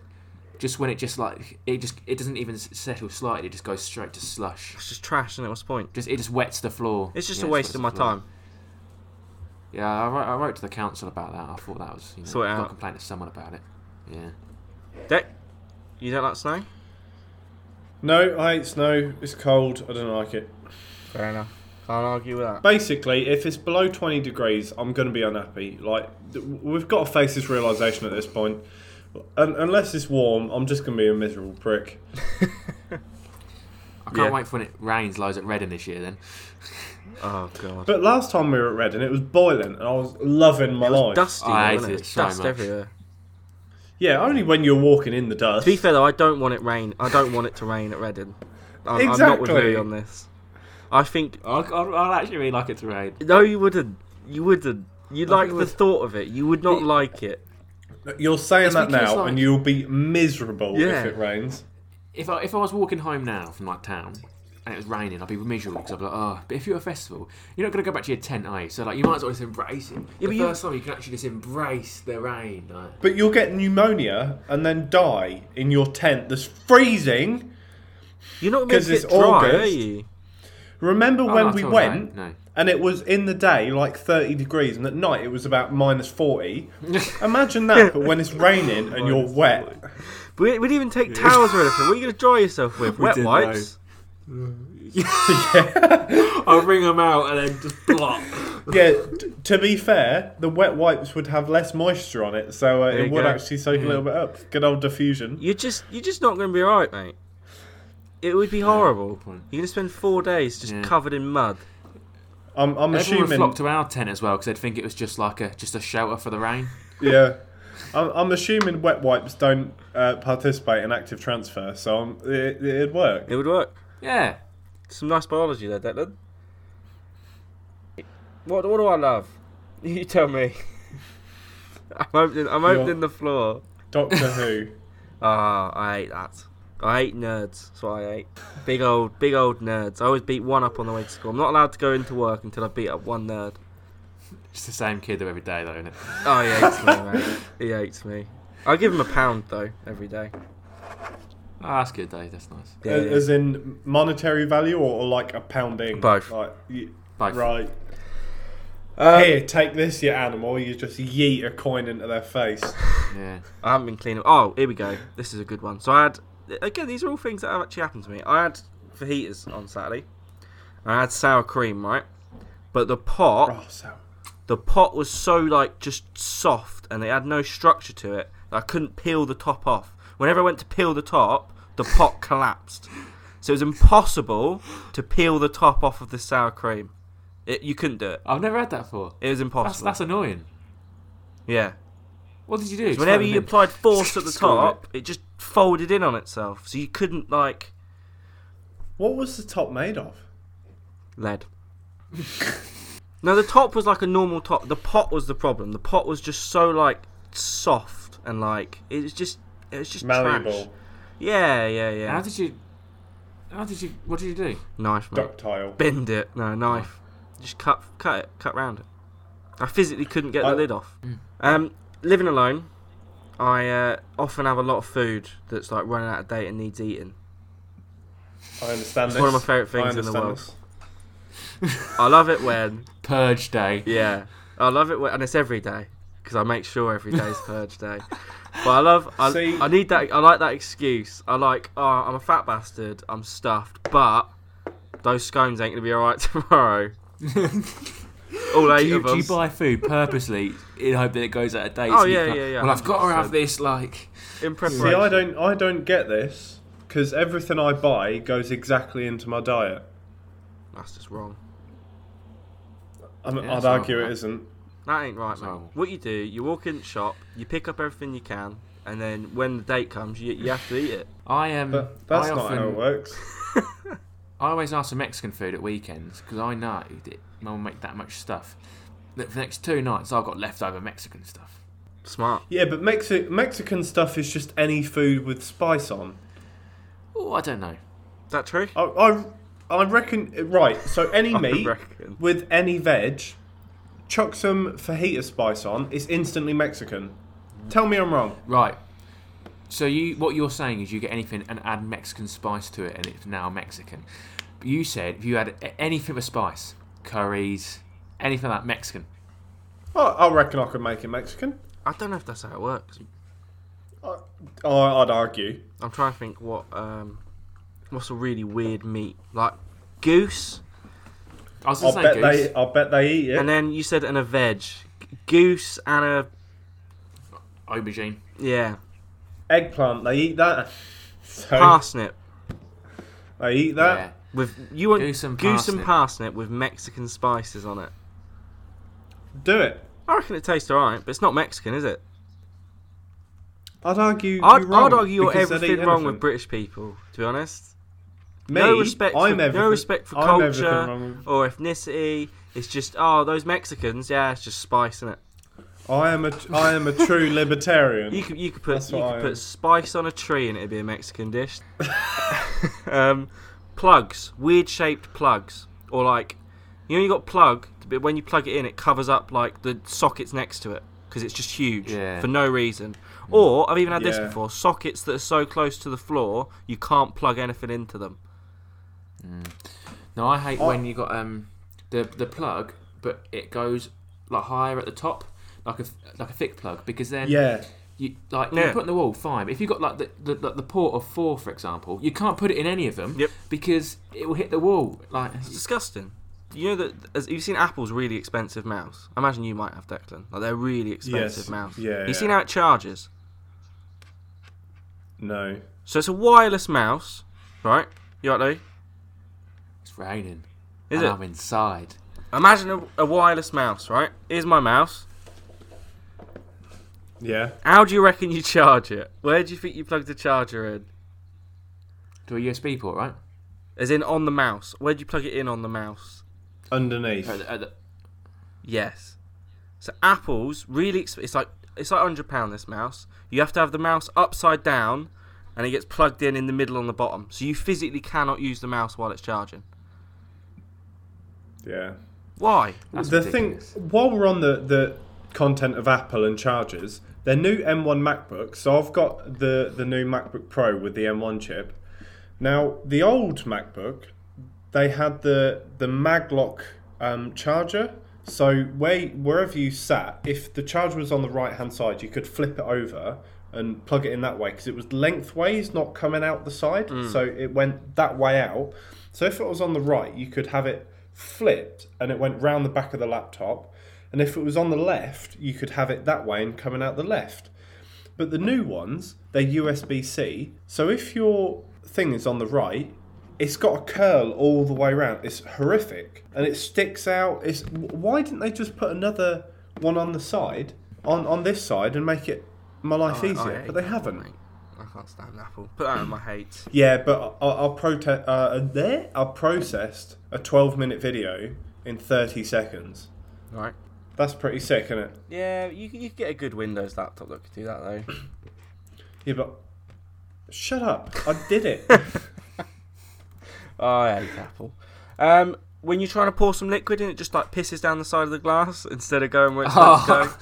Speaker 4: Just when it just like it just it doesn't even s- settle slightly. It just goes straight to slush.
Speaker 2: It's just trash, isn't it? What's the point?
Speaker 4: Just it just wets the floor.
Speaker 2: It's just
Speaker 4: Yeah,
Speaker 2: a
Speaker 4: it
Speaker 2: waste
Speaker 4: wets
Speaker 2: of
Speaker 4: the
Speaker 2: my
Speaker 4: floor.
Speaker 2: time.
Speaker 4: Yeah, I wrote, I wrote to the council about that. I thought that was you know
Speaker 2: Sort it
Speaker 4: got
Speaker 2: out.
Speaker 4: a complaint to someone about it. Yeah.
Speaker 2: Deck, you don't like snow?
Speaker 3: No, I hate snow. It's cold. I don't like it.
Speaker 2: Fair enough. Can't argue with that.
Speaker 3: Basically, if it's below 20 degrees, I'm going to be unhappy. Like, th- we've got to face this realization at this point. Un- unless it's warm, I'm just going to be a miserable prick.
Speaker 4: I can't
Speaker 2: Yeah.
Speaker 4: wait for when it rains loads at Reading this year. Then
Speaker 2: Oh god.
Speaker 3: But last time we were at Reading, it was boiling, and I was loving my
Speaker 2: it was
Speaker 3: life.
Speaker 2: dusty.
Speaker 4: I
Speaker 2: though,
Speaker 4: hate
Speaker 2: wasn't
Speaker 4: it
Speaker 2: it? It's
Speaker 4: so
Speaker 2: dust
Speaker 4: much.
Speaker 2: everywhere.
Speaker 3: Yeah, only when you're walking in the
Speaker 2: To
Speaker 3: dust.
Speaker 2: be fair though, I don't want it rain. I don't want it to rain at Reading. I'm, I'm not with
Speaker 3: Exactly.
Speaker 2: Louis on this. I think
Speaker 4: I'll, I'll, I'll actually really like it to rain.
Speaker 2: no, you wouldn't. You wouldn't. You
Speaker 4: I
Speaker 2: like
Speaker 4: think
Speaker 2: the
Speaker 4: it would.
Speaker 2: thought of it. You would not
Speaker 4: The-
Speaker 2: like it.
Speaker 3: You're saying
Speaker 4: It's
Speaker 3: that
Speaker 4: because,
Speaker 3: now,
Speaker 4: like-
Speaker 3: and you'll be miserable
Speaker 2: Yeah.
Speaker 3: if it rains.
Speaker 4: If I if I was walking home now from like town and it was raining, I'd be miserable because I'd be like, oh. But if you're at a festival, you're not gonna go back to your tent, are you? So like, you might as well just embrace it.
Speaker 2: but
Speaker 4: the
Speaker 2: you-
Speaker 4: first time you can actually just embrace the rain. Like.
Speaker 3: But you'll get pneumonia and then die in your tent that's freezing.
Speaker 2: You're not meant
Speaker 3: 'Cause
Speaker 2: to get
Speaker 3: it's
Speaker 2: dry, are
Speaker 3: August.
Speaker 2: you?
Speaker 3: Remember
Speaker 4: Oh,
Speaker 3: when
Speaker 4: no, I
Speaker 3: we
Speaker 4: told you that.
Speaker 3: went?
Speaker 4: No.
Speaker 3: And it was in the day like 30 degrees, and at night it was about minus 40. Imagine that, but when it's raining and you're wet.
Speaker 2: But we, we didn't even take towels or anything. What are you going to dry yourself with?
Speaker 4: <laughs>
Speaker 2: Wet
Speaker 4: did,
Speaker 2: wipes.
Speaker 4: I'll wring them out and then
Speaker 3: <laughs>
Speaker 4: just block.
Speaker 3: Yeah, t- to be fair, the wet wipes would have less moisture on it, so uh,
Speaker 2: There
Speaker 3: it
Speaker 2: you
Speaker 3: would
Speaker 2: go.
Speaker 3: actually soak a little bit up. Good old diffusion.
Speaker 2: You're just you're just not going to be alright, mate. It would be horrible. You're
Speaker 4: point.
Speaker 2: going to spend four days just
Speaker 4: Yeah.
Speaker 2: covered in mud.
Speaker 3: I'm, I'm
Speaker 4: Everyone would
Speaker 3: assuming.
Speaker 4: flocked to our tent as well because they'd think it was just like a just a shelter for the rain.
Speaker 3: Yeah. I'm, I'm assuming wet wipes don't uh, participate in active transfer, so um it, it'd work.
Speaker 2: It would work.
Speaker 4: Yeah.
Speaker 2: Some nice biology there, Declan. What what do I love? <laughs> You tell me. <laughs> I'm opening I'm
Speaker 3: You're-
Speaker 2: opening the floor.
Speaker 3: Doctor Who.
Speaker 2: Ah, I hate that. I hate nerds. That's what I hate. Big old big old nerds. I always beat one up on the way to school. I'm not allowed to go into work until I beat up one nerd.
Speaker 4: It's the same kid though every day though, isn't it?
Speaker 2: Oh, he hates me, mate. He hates me. I give him a pound though every day.
Speaker 4: Oh, that's good though. That's nice.
Speaker 2: <laughs> Yeah,
Speaker 3: A-
Speaker 2: yeah.
Speaker 3: Uh, As in monetary value or, or like a pounding?
Speaker 2: Both.
Speaker 3: Like, y-
Speaker 4: Both.
Speaker 3: Right.
Speaker 2: Um,
Speaker 3: Here, take this, you animal. You just yeet a coin into
Speaker 2: <laughs>
Speaker 3: their face.
Speaker 4: Yeah.
Speaker 2: I haven't been cleaning. Oh, here we go. This is a good one. So I had again. These are all things that have actually happened to me. I had fajitas on Saturday. I had sour cream, right? But the pot,
Speaker 3: Oh, so.
Speaker 2: the pot was so like just soft, and it had no structure to it. That I couldn't peel the top off. Whenever I went to peel the top, the pot collapsed. So it was impossible to peel the top off of the sour cream. It, you couldn't do it.
Speaker 4: I've never had that before.
Speaker 2: It was
Speaker 4: That's
Speaker 2: impossible.
Speaker 4: that's annoying.
Speaker 2: yeah.
Speaker 4: What did you do? Explain
Speaker 2: Whenever
Speaker 4: to
Speaker 2: you
Speaker 4: them.
Speaker 2: applied force at the
Speaker 4: Screw it.
Speaker 2: top, it just folded in on itself, so you couldn't like
Speaker 3: What was the top made of?
Speaker 4: <laughs>
Speaker 2: lead. no, the top was like a normal top. The pot was the problem. The pot was just so like soft and like it was just it was just
Speaker 3: Malleable,
Speaker 2: Trash. Yeah, yeah,
Speaker 4: How
Speaker 2: yeah.
Speaker 4: did you? How did you? What did you do?
Speaker 2: Knife, mate.
Speaker 3: ductile.
Speaker 2: Bend it. No knife. Just cut, cut it, cut round it. I physically couldn't get the
Speaker 3: I-
Speaker 2: lid off.
Speaker 4: Mm.
Speaker 2: Um, living alone, I uh, often have a lot of food that's like running out of date and needs eating.
Speaker 3: I understand
Speaker 2: It's
Speaker 3: this.
Speaker 2: one of my favourite
Speaker 3: I
Speaker 2: things in the
Speaker 3: understand
Speaker 2: world.
Speaker 3: this.
Speaker 2: I love it when
Speaker 4: Purge day.
Speaker 2: Yeah, I love it, when, and it's every day because I make sure every
Speaker 4: <laughs>
Speaker 2: day is purge day. But I love, I,
Speaker 3: See-
Speaker 2: I need that. I like that excuse. I like, oh, I'm a fat bastard. I'm stuffed, but those scones ain't gonna be all right <laughs>
Speaker 4: <laughs>
Speaker 2: tomorrow. All eight
Speaker 4: Do you,
Speaker 2: of
Speaker 4: do you
Speaker 2: us.
Speaker 4: buy food purposely in hope that it goes out of date?
Speaker 2: Oh,
Speaker 4: so you
Speaker 2: yeah,
Speaker 4: can't-
Speaker 2: yeah, yeah,
Speaker 4: Well, I've got to have
Speaker 2: 100%.
Speaker 4: this. Like,
Speaker 2: in preparation.
Speaker 3: See, I don't, I don't get this because everything I buy goes exactly into my diet.
Speaker 2: That's just wrong.
Speaker 3: I'm,
Speaker 4: Yeah,
Speaker 3: I'd
Speaker 4: so-
Speaker 3: argue it isn't.
Speaker 2: That ain't right, mate.
Speaker 4: So-
Speaker 2: What you do, you walk in the shop, you pick up everything you can, and then when the date comes, you, you have to eat it.
Speaker 4: I am. Um,
Speaker 2: Mm.
Speaker 3: But that's
Speaker 4: I
Speaker 3: not
Speaker 4: often,
Speaker 3: how it works.
Speaker 4: I always ask for Mexican food at weekends because I know that my mum make that much stuff. That for the next two nights, I've got leftover Mexican stuff.
Speaker 2: Smart.
Speaker 3: Yeah, but Mexi- Mexican stuff is just any food with spice on.
Speaker 4: Oh, I don't know.
Speaker 2: Is that true?
Speaker 3: I, I, I reckon. Right, so
Speaker 2: <laughs>
Speaker 3: any
Speaker 2: I
Speaker 3: meat
Speaker 2: reckon.
Speaker 3: with any veg, chuck some fajita spice on. It's instantly Mexican. Tell me I'm wrong.
Speaker 4: Right. So you, what you're saying is you get anything and add Mexican spice to it, and it's now Mexican. But you said if you add a- anything with spice, curries, anything like Mexican.
Speaker 3: I, I reckon I could make it Mexican.
Speaker 2: I don't know if that's how it works.
Speaker 3: I, I, I'd argue.
Speaker 2: I'm trying to think what um, what's a really weird meat like goose,
Speaker 4: I was
Speaker 3: I
Speaker 4: going to say
Speaker 3: bet
Speaker 4: goose.
Speaker 3: they. I bet they eat it.
Speaker 2: and then you said and a veg, G- goose and a
Speaker 4: Aubergine.
Speaker 2: yeah
Speaker 3: Eggplant. They eat that. <laughs> So
Speaker 2: parsnip
Speaker 3: they eat
Speaker 4: Yeah.
Speaker 3: that.
Speaker 2: with you want
Speaker 4: Goose and parsnip.
Speaker 2: parsnip with Mexican spices on it.
Speaker 3: Do it.
Speaker 2: I reckon it tastes alright, but it's not Mexican, is it?
Speaker 3: I'd argue.
Speaker 2: I'd,
Speaker 3: you're
Speaker 2: I'd
Speaker 3: wrong,
Speaker 2: argue you're
Speaker 3: because they'd
Speaker 2: everything
Speaker 3: eat
Speaker 2: wrong with
Speaker 3: anything.
Speaker 2: British people. To be honest,
Speaker 3: Me,
Speaker 2: no respect.
Speaker 3: I'm
Speaker 2: for,
Speaker 3: everything-
Speaker 2: no respect for
Speaker 3: I'm everything wrong
Speaker 2: culture
Speaker 3: with-
Speaker 2: or ethnicity. It's just oh those Mexicans, yeah, it's just spice in it.
Speaker 3: I am a. I am a true libertarian.
Speaker 2: You could you could put
Speaker 3: That's
Speaker 2: you
Speaker 3: what
Speaker 2: could
Speaker 3: I am.
Speaker 2: put spice on a tree and it'd be a Mexican dish. <laughs> um, plugs, weird shaped plugs, or like you know you got plug, but when you plug it in, it covers up like the sockets next to it because it's just huge
Speaker 4: Yeah.
Speaker 2: for no reason. Or I've even had this
Speaker 3: Yeah.
Speaker 2: before: sockets that are so close to the floor you can't plug anything into them.
Speaker 4: No, I hate when you got um the the plug, but it goes like higher at the top, like a like a thick plug, because then
Speaker 3: Yeah.
Speaker 4: you like
Speaker 2: Yeah.
Speaker 4: you put it in the wall fine. But if you got like the, the like the port of four, for example, you can't put it in any of them
Speaker 2: Yep.
Speaker 4: because it will hit the wall. Like
Speaker 2: It's disgusting. You know that as you've seen Apple's really expensive mouse. I imagine you might have Declan. Like they're really expensive
Speaker 3: Yes.
Speaker 2: mouse.
Speaker 3: Yeah,
Speaker 2: You
Speaker 3: yeah.
Speaker 2: seen how it charges?
Speaker 3: No.
Speaker 2: So it's a wireless mouse, right? You right, Louis?
Speaker 4: it's raining.
Speaker 2: Is
Speaker 4: and
Speaker 2: it?
Speaker 4: I'm inside.
Speaker 2: Imagine a, a wireless mouse, right? Here's my mouse.
Speaker 3: Yeah.
Speaker 2: How do you reckon you charge it? Where do you think you plug the charger in?
Speaker 4: To a USB port, right?
Speaker 2: As in on the mouse. Where do you plug it in on the mouse?
Speaker 4: At
Speaker 3: Underneath.
Speaker 4: the- at the-
Speaker 2: Yes. So Apple's really exp- it's like it's like 100 pound this mouse. You have to have the mouse upside down and it gets plugged in in the middle on the bottom. So you physically cannot use the mouse while it's charging.
Speaker 3: Yeah.
Speaker 2: Why?
Speaker 4: that's
Speaker 3: the
Speaker 4: ridiculous.
Speaker 3: thing while we're on the, the content of apple and chargers their new m1 macbook so i've got the, the new macbook pro with the m1 chip now the old macbook they had the the maglock um, charger so where, wherever you sat if the charger was on the right hand side you could flip it over and plug it in that way because it was lengthways not coming out the side so it went that way out so if it was on the right you could have it flipped and it went round the back of the laptop and if it was on the left you could have it that way and coming out the left but the new ones, they're USB C. So if your thing is on the right, it's got a curl all the way around. It's horrific, and it sticks out. It's why didn't they just put another one on the side, on on this side, and make it my life
Speaker 2: I
Speaker 3: easier?
Speaker 2: hate
Speaker 3: But they
Speaker 2: Apple,
Speaker 3: haven't.
Speaker 2: mate. I can't stand Apple. Put that in my hate.
Speaker 3: Yeah, but I, I, I prote- uh, there I processed a 12 minute video in 30 seconds.
Speaker 2: Right.
Speaker 3: That's pretty sick, isn't it?
Speaker 2: Yeah, you c- you could get a good Windows laptop that could do that though.
Speaker 3: Yeah, but shut up! I did it.
Speaker 2: Oh, I hate Apple. Um, when you're trying to pour some liquid in, it just like pisses down the side of the glass instead of going where it's supposed to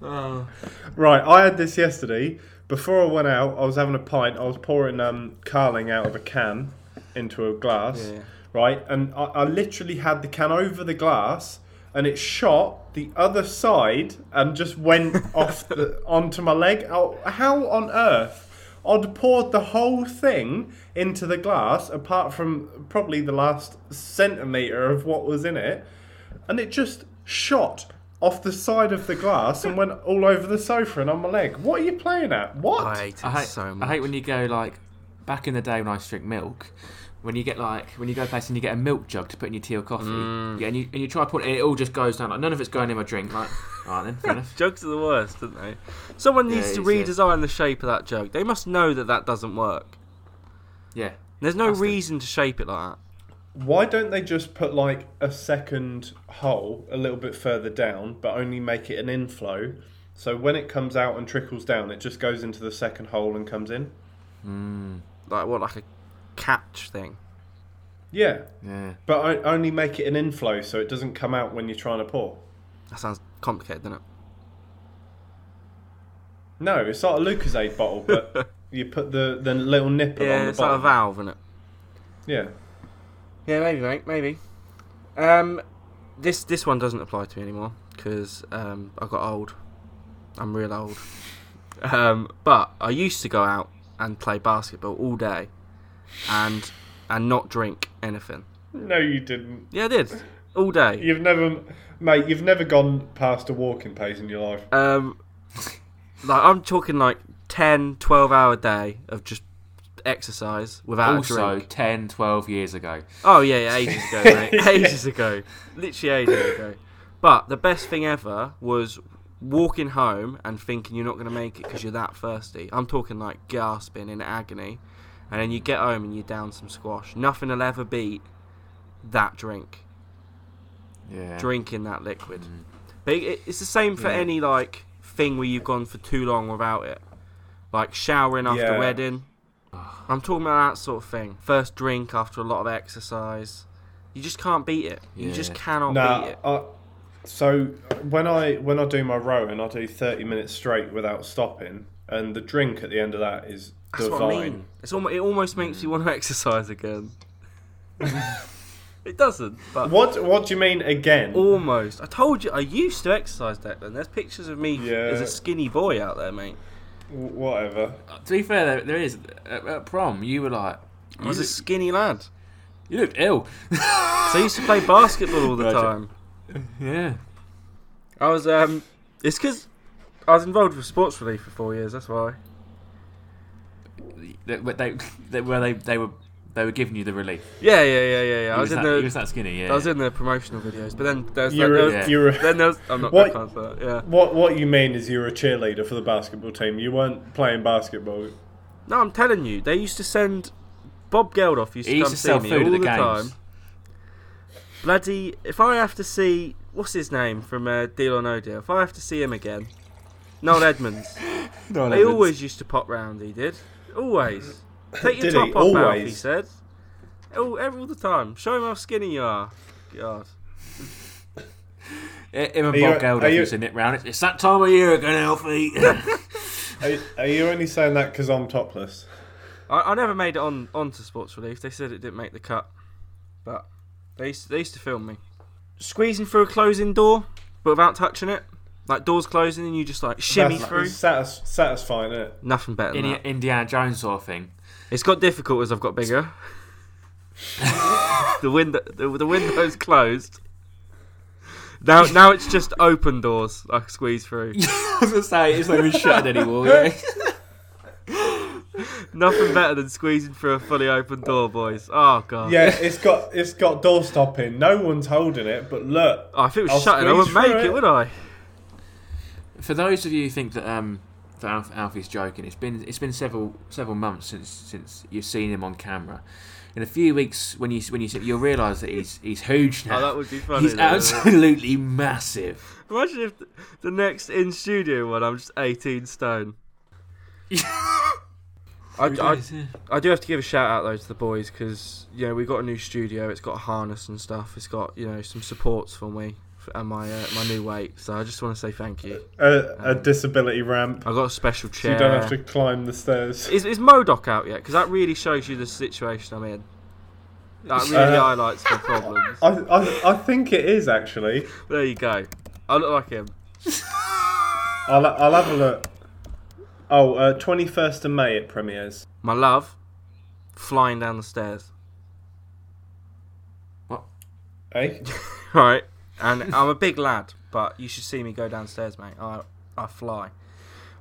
Speaker 2: go.
Speaker 3: Right, I had this yesterday. Before I went out, I was having a pint. I was pouring um, Carling out of a can into a glass,
Speaker 2: Yeah.
Speaker 3: right? And I, I literally had the can over the glass, and it shot the other side and
Speaker 2: <laughs>
Speaker 3: just went off the, onto my leg. Oh, how on earth? I'd poured the whole thing into the glass, apart from probably the last centimetre of what was in it, and it just shot off the side of the glass and went all over the sofa and on my leg. What are you playing at? What?
Speaker 2: <laughs> I hate it
Speaker 4: I hate,
Speaker 2: so
Speaker 4: I
Speaker 2: much.
Speaker 4: hate when you go like back in the day when I used to drink milk. When you get like when you go to a place and you get a milk jug to put in your tea or coffee, yeah, and you and you try to put it, and it all just goes down. Like none of it's going in my drink. <laughs> Like, all right then, fair enough.
Speaker 2: Jugs are the worst, aren't they? Someone
Speaker 4: Yeah,
Speaker 2: needs to
Speaker 4: it is, yeah.
Speaker 2: redesign the shape of that jug. They must know that that doesn't work.
Speaker 4: Yeah,
Speaker 2: There's no
Speaker 4: That's the-
Speaker 2: reason to shape it like that.
Speaker 3: Why don't they just put like a second hole a little bit further down, but only make it an inflow? So when it comes out and trickles down, it just goes into the second hole and comes in.
Speaker 2: Like what, like a catch thing?
Speaker 3: Yeah,
Speaker 4: yeah.
Speaker 3: but o- only make it an inflow so it doesn't come out when you're trying to pour.
Speaker 2: That sounds complicated, doesn't it?
Speaker 3: No, it's like a Lucasade bottle,
Speaker 2: <laughs>
Speaker 3: but you put the, the little nipper on
Speaker 2: Yeah,
Speaker 3: the
Speaker 2: it's like a
Speaker 3: bottom.
Speaker 2: valve, isn't it?
Speaker 3: yeah.
Speaker 2: Yeah, maybe, mate. Maybe. Um, this this one doesn't apply to me anymore because um, I got old. I'm real old. Um, but I used to go out and play basketball all day, and and not drink anything.
Speaker 3: No, you didn't.
Speaker 2: Yeah, I did all day.
Speaker 3: You've never, mate. You've never gone past a walking pace in your life.
Speaker 2: Um, like I'm talking like 10, 12 hour day of just exercise without a
Speaker 4: also,
Speaker 2: drink.
Speaker 4: 10, 12 years ago.
Speaker 2: Oh yeah, yeah ages ago, mate. ages ago, literally ages ago. But the best thing ever was walking home and thinking you're not going to make it because you're that thirsty. I'm talking like gasping in agony, and then you get home and you down some squash. Nothing will ever beat that drink,
Speaker 4: Yeah. Mm.
Speaker 2: drinking that liquid. But it, it's the same for
Speaker 4: Yeah.
Speaker 2: any like thing where you've gone for too long without it, like showering after
Speaker 3: Yeah.
Speaker 2: wedding. I'm talking about that sort of thing. First drink after a lot of exercise. You just can't beat it. You just
Speaker 4: Yeah.
Speaker 2: cannot beat
Speaker 3: Nah,
Speaker 2: it.
Speaker 3: I, so when I when I do my rowing, I do thirty minutes straight without stopping, and the drink at the end of that is
Speaker 2: That's
Speaker 3: divine.
Speaker 2: what I mean. It's almost, it almost makes
Speaker 4: Mm.
Speaker 2: you want to <laughs> exercise
Speaker 4: <laughs>
Speaker 2: again. it doesn't, but
Speaker 3: What What do you mean again?
Speaker 2: almost. I told you I used to exercise back then. There's pictures of me
Speaker 3: Yeah.
Speaker 2: as a skinny boy out there, mate.
Speaker 3: W- Whatever.
Speaker 4: Uh, To be fair, there, there is. At, at prom, you were like,
Speaker 2: I was a skinny lad.
Speaker 4: you looked ill.
Speaker 2: So I used to play basketball all the
Speaker 4: Roger.
Speaker 2: time.
Speaker 4: yeah.
Speaker 2: I was um, it's because I was involved with sports relief for four years. That's why.
Speaker 4: They, they, they, where they, they were they were giving you the relief.
Speaker 2: Yeah, yeah, yeah, yeah, yeah. I
Speaker 4: He
Speaker 2: was,
Speaker 4: was,
Speaker 2: in
Speaker 4: that,
Speaker 2: the
Speaker 4: he was that skinny, yeah.
Speaker 2: I was in the promotional videos, but then there's like,
Speaker 3: You're a,
Speaker 2: there was-
Speaker 3: you're
Speaker 2: <laughs>
Speaker 3: a,
Speaker 2: then there's I'm not
Speaker 3: What-
Speaker 2: that that. Yeah.
Speaker 3: what What you mean is you're a cheerleader for the basketball team. You weren't playing basketball.
Speaker 2: No, I'm telling you, they used to send Bob Geldof used to
Speaker 4: He used
Speaker 2: come
Speaker 4: to
Speaker 2: see
Speaker 4: sell
Speaker 2: me
Speaker 4: food at
Speaker 2: all
Speaker 4: the
Speaker 2: the,
Speaker 4: games.
Speaker 2: time. Bloody, if I have to see what's his name from uh, Deal or No Deal, if I have to see him again, Noel Edmonds.
Speaker 4: no,
Speaker 2: they always used to pop round. He did
Speaker 3: <laughs>
Speaker 2: always. Take your
Speaker 3: Did
Speaker 2: top
Speaker 3: he?
Speaker 2: off, Alf, he
Speaker 3: Always?
Speaker 2: said. Oh, every all the time. Show him how skinny you are. God.
Speaker 4: Him
Speaker 3: Are
Speaker 4: and
Speaker 3: you-
Speaker 4: Bob
Speaker 3: are
Speaker 4: Geldof
Speaker 3: you-
Speaker 4: used to nip round. It's, it's that time of year again,
Speaker 3: <laughs>
Speaker 4: Alfie.
Speaker 3: Are, are you only saying that because I'm topless?
Speaker 2: I, I never made it on onto Sports Relief. They said it didn't make the cut, but they used, they used to film me squeezing through a closing door, but without touching it. Like doors closing and you just like shimmy
Speaker 3: That's-
Speaker 2: through.
Speaker 3: it's satis- satisfying, is
Speaker 2: Nothing better than
Speaker 4: Indiana,
Speaker 2: that.
Speaker 4: Indiana Jones sort of thing. <laughs>
Speaker 2: It's got difficult as I've got bigger. the window the, the window's closed. Now now it's just open doors I can squeeze through.
Speaker 4: I was gonna say it's not even shut anymore. Yeah.
Speaker 3: <laughs>
Speaker 2: Nothing better than squeezing through a fully open door, boys. Oh god.
Speaker 3: Yeah, it's got it's got door stopping. No one's holding it, but look,
Speaker 2: Oh, if it was
Speaker 3: I'll
Speaker 2: shutting, I
Speaker 3: squeeze
Speaker 2: wouldn't make
Speaker 3: through
Speaker 2: it,
Speaker 3: it.
Speaker 2: would I?
Speaker 4: For those of you who think that um, that Alf, Alfie's joking, it's been it's been several several months since since you've seen him on camera. In a few weeks, when you when you see, you'll realise that he's he's huge now.
Speaker 2: Oh, that would be funny.
Speaker 4: he's
Speaker 2: though, wouldn't it?
Speaker 4: absolutely massive.
Speaker 2: Imagine if th- the next in studio one, I'm just 18 stone. I, I, I do have to give a shout out though to the boys because you know we got a new studio. It's got a harness and stuff. It's got you know some supports for me f- and my uh, my new weight. So I just want to say thank you.
Speaker 3: a, a
Speaker 4: Um,
Speaker 3: disability ramp.
Speaker 2: I got a special
Speaker 3: So
Speaker 2: chair.
Speaker 3: you don't have to climb the stairs.
Speaker 2: Is, is Modoc out yet? Because that really shows you the situation I'm in. That really
Speaker 3: Uh,
Speaker 2: highlights my
Speaker 3: <laughs>
Speaker 2: problems.
Speaker 3: I, I, I think it is actually.
Speaker 2: There you go. I look like him.
Speaker 3: I'll, I'll have a look. Oh, uh, 21st of May it premieres.
Speaker 2: My love, flying down the stairs. <laughs>
Speaker 3: Eh?
Speaker 2: Right. And I'm a big lad, but you should see me go downstairs, mate. I I fly.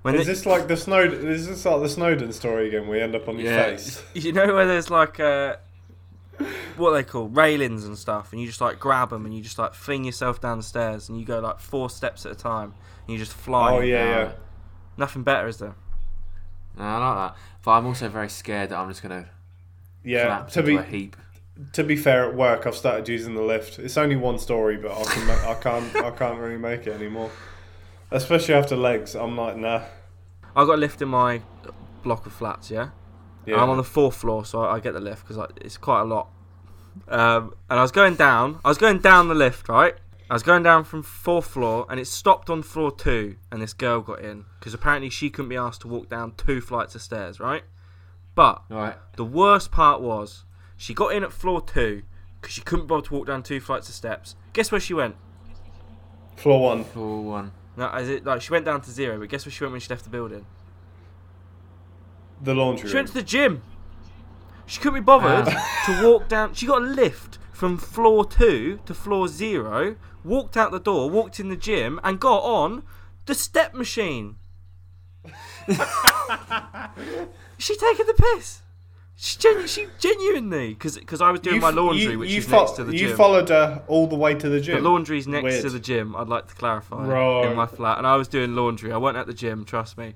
Speaker 2: When
Speaker 3: Is
Speaker 2: the-
Speaker 3: this like the Snowden? Is this like the Snowden story again? We end up on your
Speaker 4: Yeah.
Speaker 3: face.
Speaker 2: you know where there's like uh what they call railings and stuff, and you just like grab them and you just like fling yourself downstairs and you go like four steps at a time and you just fly.
Speaker 3: Oh yeah, yeah.
Speaker 2: Nothing better is there.
Speaker 4: No, I like that. But I'm also very scared that I'm just gonna
Speaker 3: Yeah.
Speaker 4: collapse
Speaker 3: To
Speaker 4: into
Speaker 3: be
Speaker 4: a heap.
Speaker 3: to be fair, at work I've started using the lift. It's only one story, but I can ma- I can't I can't really make it anymore. Especially after legs, I'm like nah.
Speaker 2: I got a lift in my block of flats, yeah.
Speaker 3: Yeah.
Speaker 2: I'm on the fourth floor, so I, I get the lift because like, it's quite a lot. Um, and I was going down. I was going down the lift, right? I was going down from fourth floor, and it stopped on floor two, and this girl got in because apparently she couldn't be asked to walk down two flights of stairs, right? But
Speaker 4: Right.
Speaker 2: the worst part was she got in at floor two because she couldn't bother to walk down two flights of steps. Guess where she went?
Speaker 3: Floor one.
Speaker 4: Four one.
Speaker 2: No, as it like she went down to zero, but guess where she went when she left the building?
Speaker 3: The laundry.
Speaker 2: She went to
Speaker 3: Room.
Speaker 2: the gym. She couldn't be bothered
Speaker 3: Ah.
Speaker 2: to walk down. She got a lift from floor two to floor zero, walked out the door, walked in the gym, and got on the step
Speaker 3: <laughs>
Speaker 2: machine. she taking the piss. She, genu- she genuinely, because I was doing
Speaker 3: You
Speaker 2: my
Speaker 3: f-
Speaker 2: laundry,
Speaker 3: you-
Speaker 2: which
Speaker 3: you
Speaker 2: is
Speaker 3: fo-
Speaker 2: next to the gym.
Speaker 3: You followed her all the way to the
Speaker 2: The
Speaker 3: gym.
Speaker 2: laundry's next
Speaker 3: Weird.
Speaker 2: to the gym. I'd like to clarify
Speaker 3: Right.
Speaker 2: in my flat, and I was doing laundry. I weren't at the gym, trust me.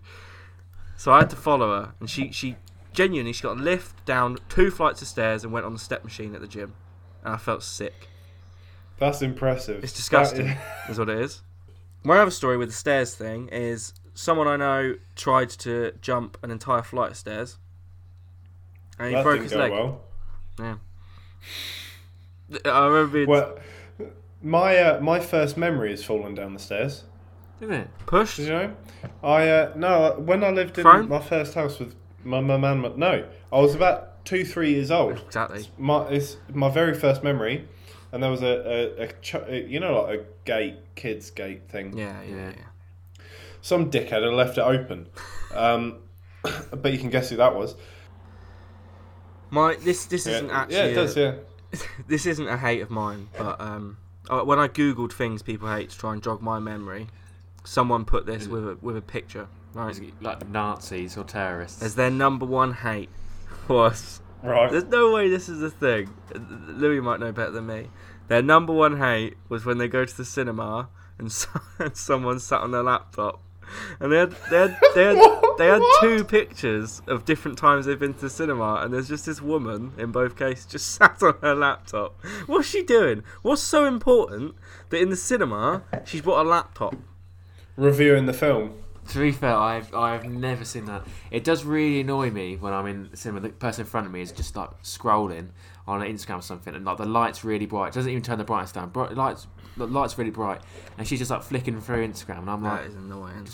Speaker 2: So I had to follow her, and she she genuinely she got a lift down two flights of stairs and went on the step machine at the gym, and I felt sick.
Speaker 3: That's impressive.
Speaker 2: It's disgusting,
Speaker 3: That
Speaker 2: is
Speaker 3: is-
Speaker 2: what it is. My other story with the stairs thing is someone I know tried to jump an entire flight of stairs, and he
Speaker 3: that
Speaker 2: broke
Speaker 3: didn't
Speaker 2: his
Speaker 3: go
Speaker 2: leg.
Speaker 3: well.
Speaker 2: I remember being
Speaker 3: Well, my uh, my first memory is falling down the stairs.
Speaker 4: Isn't it?
Speaker 2: pushed.
Speaker 3: Did you know? I uh, no. When I lived in
Speaker 2: Chrome?
Speaker 3: my first house with my mum and my, no, I was about two three years old.
Speaker 2: Exactly.
Speaker 3: My it's my very first memory, and there was a, a, a ch- a- you know like a gate kids gate thing.
Speaker 2: Yeah, yeah, yeah.
Speaker 3: Some dickhead had left it open. Um, <coughs> I bet you can guess who that was.
Speaker 2: My this this
Speaker 3: Yeah,
Speaker 2: isn't actually
Speaker 3: yeah it does.
Speaker 2: a-
Speaker 3: Yeah.
Speaker 2: this isn't a hate of mine, but um, uh, when I googled things people hate to try and jog my memory, someone put this with a, with a picture. Right,
Speaker 4: Is it Like Nazis or terrorists.
Speaker 2: as their number one hate was
Speaker 3: Right.
Speaker 2: there's no way this is a thing. Louis might know better than me. Their number one hate was when they go to the cinema and, <laughs> so- and someone sat on their laptop. And they had they had, they had, they had
Speaker 3: <laughs> What?
Speaker 2: two pictures of different times they've been to the cinema, and there's just this woman in both cases just <laughs> sat on her laptop. What's she doing? What's so important that in the cinema she's brought a laptop?
Speaker 3: Reviewing the film.
Speaker 4: To be fair, I've I've never seen that. It does really annoy me when I'm in the cinema. The person in front of me is just like scrolling on Instagram or something, and like the light's really bright. It doesn't even turn the brightness down. Bright lights, the light's really bright, and she's just like flicking through Instagram, and I'm
Speaker 2: That
Speaker 4: like,
Speaker 2: is annoying.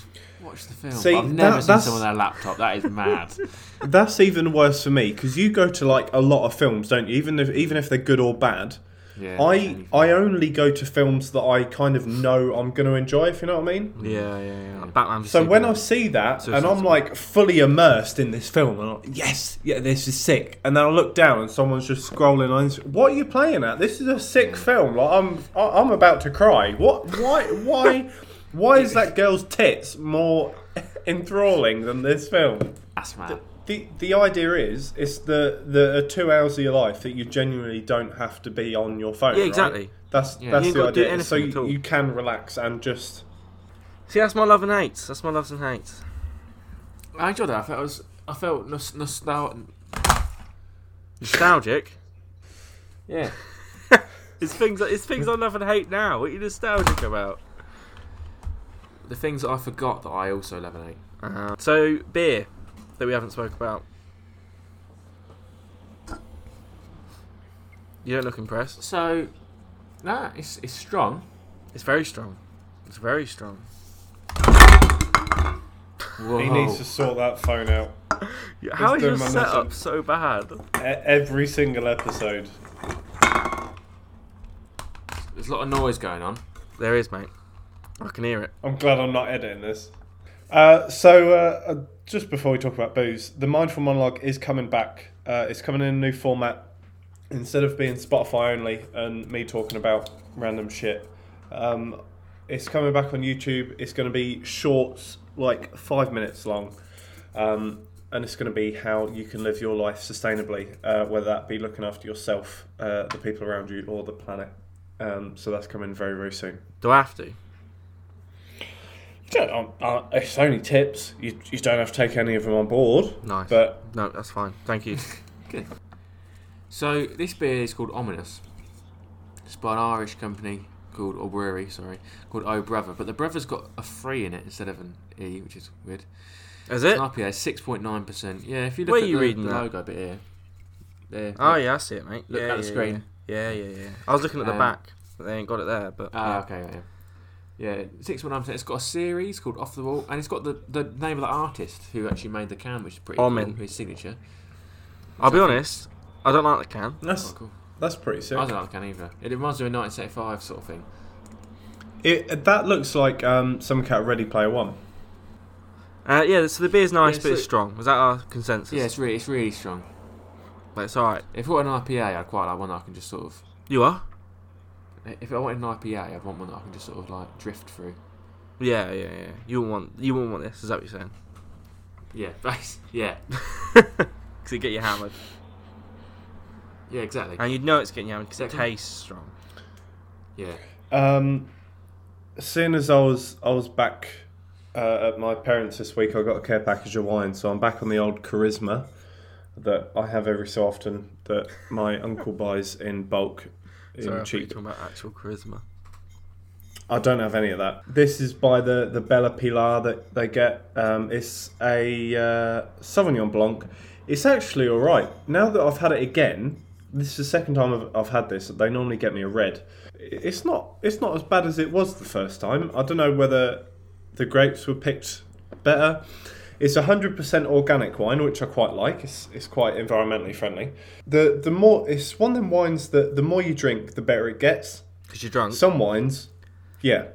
Speaker 4: watch the film.
Speaker 3: See,
Speaker 4: I've never
Speaker 3: that-
Speaker 4: seen
Speaker 3: that's-
Speaker 4: someone on their laptop. That is <laughs> mad.
Speaker 3: That's even worse for me because you go to like a lot of films, don't you? Even if even if they're good or bad.
Speaker 4: yeah,
Speaker 3: I I only go to films that I kind of know I'm going to enjoy, if you know what I mean.
Speaker 2: Yeah, yeah, yeah. Batman. v
Speaker 3: So when I
Speaker 2: Superman.
Speaker 3: see that and
Speaker 2: Suicide
Speaker 3: I'm like fully immersed in this film, and I'm like, yes, yeah, this is sick. And then I look down and someone's just scrolling on. Inst- What are you playing at? This is a sick film. Like I'm I- I'm about to cry. What? Why? Why? Why is that girl's tits more <laughs> enthralling than this film?
Speaker 4: that's mad.
Speaker 3: The, the idea is it's the, the two hours of your life that you genuinely don't have to be on your phone.
Speaker 2: Yeah,
Speaker 3: right?
Speaker 2: exactly.
Speaker 3: That's
Speaker 4: Yeah.
Speaker 2: You
Speaker 3: that's
Speaker 2: ain't
Speaker 3: the
Speaker 2: gotta do
Speaker 3: idea. So
Speaker 2: anything at all.
Speaker 3: you, you can relax and just
Speaker 2: see, that's my love and hates. That's my loves and hates.
Speaker 4: I enjoyed that. I felt I was I felt nos- nostal-
Speaker 2: Nostalgic.
Speaker 4: Yeah,
Speaker 2: It's things. It's things I love and hate now. What are you nostalgic about?
Speaker 4: the things that I forgot that I also love and hate.
Speaker 2: Uh, so beer that we haven't spoke about. You don't look impressed.
Speaker 4: So, nah, it's it's strong.
Speaker 2: It's very strong. It's very strong.
Speaker 4: Whoa.
Speaker 3: he
Speaker 2: Oh.
Speaker 3: needs to sort that phone out
Speaker 2: How is
Speaker 3: It's
Speaker 2: your
Speaker 3: doing my
Speaker 2: setup
Speaker 3: nothing.
Speaker 2: so bad?
Speaker 3: e- every single episode.
Speaker 4: There's a lot of noise going on.
Speaker 2: There is, mate. I can hear it.
Speaker 3: I'm glad I'm not editing this. Uh, so uh, uh, just before we talk about booze, the mindful monologue is coming back. Uh, it's coming in a new format. Instead of being Spotify only and me talking about random shit, um, it's coming back on YouTube. It's going to be shorts, like five minutes long. Um, and it's going to be how you can live your life sustainably, uh, whether that be looking after yourself, uh, the people around you, or the planet. Um, so that's coming very, very soon.
Speaker 2: Do I have to?
Speaker 3: You don't, uh, uh, it's only tips. You, you don't have to take any of them on board.
Speaker 2: Nice.
Speaker 3: But
Speaker 2: No, that's fine. Thank
Speaker 4: <laughs>
Speaker 2: you.
Speaker 4: Good. So this beer is called Ominous. It's by an Irish company called or brewery, sorry, called O Brother. But the brother's got a three in it instead of an E, which is weird.
Speaker 2: Is it?
Speaker 4: An IPA, six point nine percent. Yeah, if you look
Speaker 2: Where
Speaker 4: at
Speaker 2: are you
Speaker 4: the,
Speaker 2: reading
Speaker 4: the
Speaker 2: that?
Speaker 4: logo bit here. There.
Speaker 2: Oh yeah, I see it, mate.
Speaker 4: Look
Speaker 2: yeah,
Speaker 4: at the
Speaker 2: yeah,
Speaker 4: screen.
Speaker 2: Yeah, yeah, yeah. yeah. I was looking at the
Speaker 4: Um,
Speaker 2: back. They ain't got it there, but
Speaker 4: Ah, okay, yeah. Yeah, six one nine percent. It's got a series called Off the Wall, and it's got the, the name of the artist who actually made the can, which is pretty
Speaker 2: Omen.
Speaker 4: cool. His signature.
Speaker 2: I'll be honest. I don't like the can.
Speaker 4: Oh,
Speaker 3: That's
Speaker 4: cool.
Speaker 3: that's pretty sick.
Speaker 4: I don't like the can either. It reminds me of a 1975 sort of thing.
Speaker 3: It, that looks like um, some kind of Ready Player One.
Speaker 2: Uh, yeah, so the beer's nice,
Speaker 4: Yeah,
Speaker 2: but it's
Speaker 4: so-
Speaker 2: strong. Was that our consensus?
Speaker 4: yeah, it's really it's really strong.
Speaker 2: But it's all right.
Speaker 4: If I want an IPA, I'd quite like one that I can just sort of.
Speaker 2: You are.
Speaker 4: If I wanted an IPA, I'd want one that I can just sort of like drift through.
Speaker 2: Yeah, yeah, yeah. You wouldn't want. You wouldn't want this. Is that what you're saying? <laughs>
Speaker 4: Yeah, <laughs> bas- yeah,
Speaker 2: Because it get you hammered,
Speaker 4: yeah, exactly.
Speaker 2: and you'd know it's getting you hammered because it
Speaker 4: Exactly.
Speaker 2: tastes strong.
Speaker 4: Yeah,
Speaker 3: Um, as soon as I was I was back uh, at my parents this week, I got a care package of wine, so I'm back on the old charisma that I have every so often that my uncle buys in bulk, in
Speaker 2: Sorry, I thought you were
Speaker 3: cheap.
Speaker 2: talking about actual charisma.
Speaker 3: I don't have any of that. This is by the the Bella Pilar that they get. Um, it's a uh, Sauvignon Blanc. It's actually all right. Now that I've had it again, this is the second time I've, I've had this. They normally get me a red. I- It's not it's not as bad as it was the first time. I don't know whether the grapes were picked better. It's 100% organic wine, which I quite like. It's, it's quite environmentally friendly. The the more it's one of them wines that the more you drink, the better it gets.
Speaker 2: Because you're drunk.
Speaker 3: Some wines, yeah.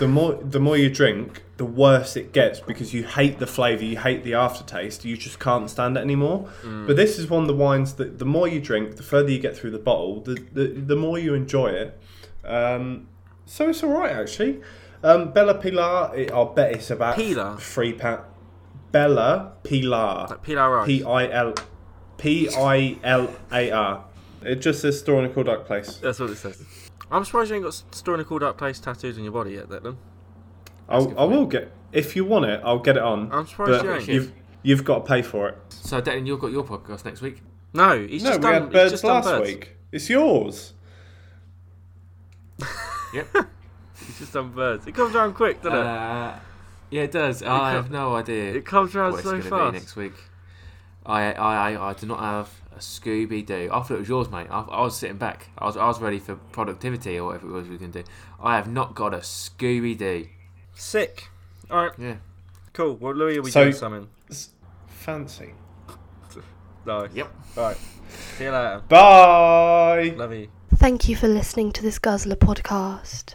Speaker 3: The more the more you drink, the worse it gets because you hate the flavour, you hate the aftertaste, you just can't stand it anymore.
Speaker 2: Mm.
Speaker 3: But this is one of the wines that the more you drink, the further you get through the bottle, the the, the more you enjoy it. Um, so it's all right actually. Um, Bella Pilar, it, I'll bet it's about
Speaker 2: Pilar?
Speaker 3: three pound. Bella Pilar.
Speaker 2: like PLR.
Speaker 3: P I L P I L A R. It just says store in a cool dark place.
Speaker 2: That's what it says. I'm surprised you ain't got s- storing a called out place tattoos on your body yet, then.
Speaker 3: I'll, I will get if you want it. I'll get it on.
Speaker 2: I'm surprised
Speaker 3: but
Speaker 2: you ain't.
Speaker 3: You've you've got to pay for it.
Speaker 4: so Declan, you've got your podcast next week.
Speaker 2: No, he's
Speaker 3: no,
Speaker 2: just
Speaker 3: we
Speaker 2: done.
Speaker 3: had
Speaker 2: he's
Speaker 3: birds
Speaker 2: just
Speaker 3: last
Speaker 2: done birds.
Speaker 3: week. It's yours.
Speaker 4: Yep.
Speaker 2: <laughs> He's just done birds. It comes around quick, doesn't it?
Speaker 4: uh, yeah, it does. I have no idea.
Speaker 2: It comes around
Speaker 4: what it's
Speaker 2: so
Speaker 4: going to
Speaker 2: fast.
Speaker 4: be next week. I, I, I, I do not have a Scooby Doo. I thought it was yours, mate. I, I was sitting back. I was, I was ready for productivity or whatever it was we can do. I have not got a Scooby Doo.
Speaker 2: Sick. All right,
Speaker 4: Yeah.
Speaker 2: cool. Well, Louis, are we
Speaker 3: So-
Speaker 2: doing something?
Speaker 3: It's fancy.
Speaker 2: No.
Speaker 4: Yep.
Speaker 2: All right. See you later.
Speaker 3: Bye.
Speaker 2: Love you.
Speaker 1: Thank you for listening to this Guzzler podcast.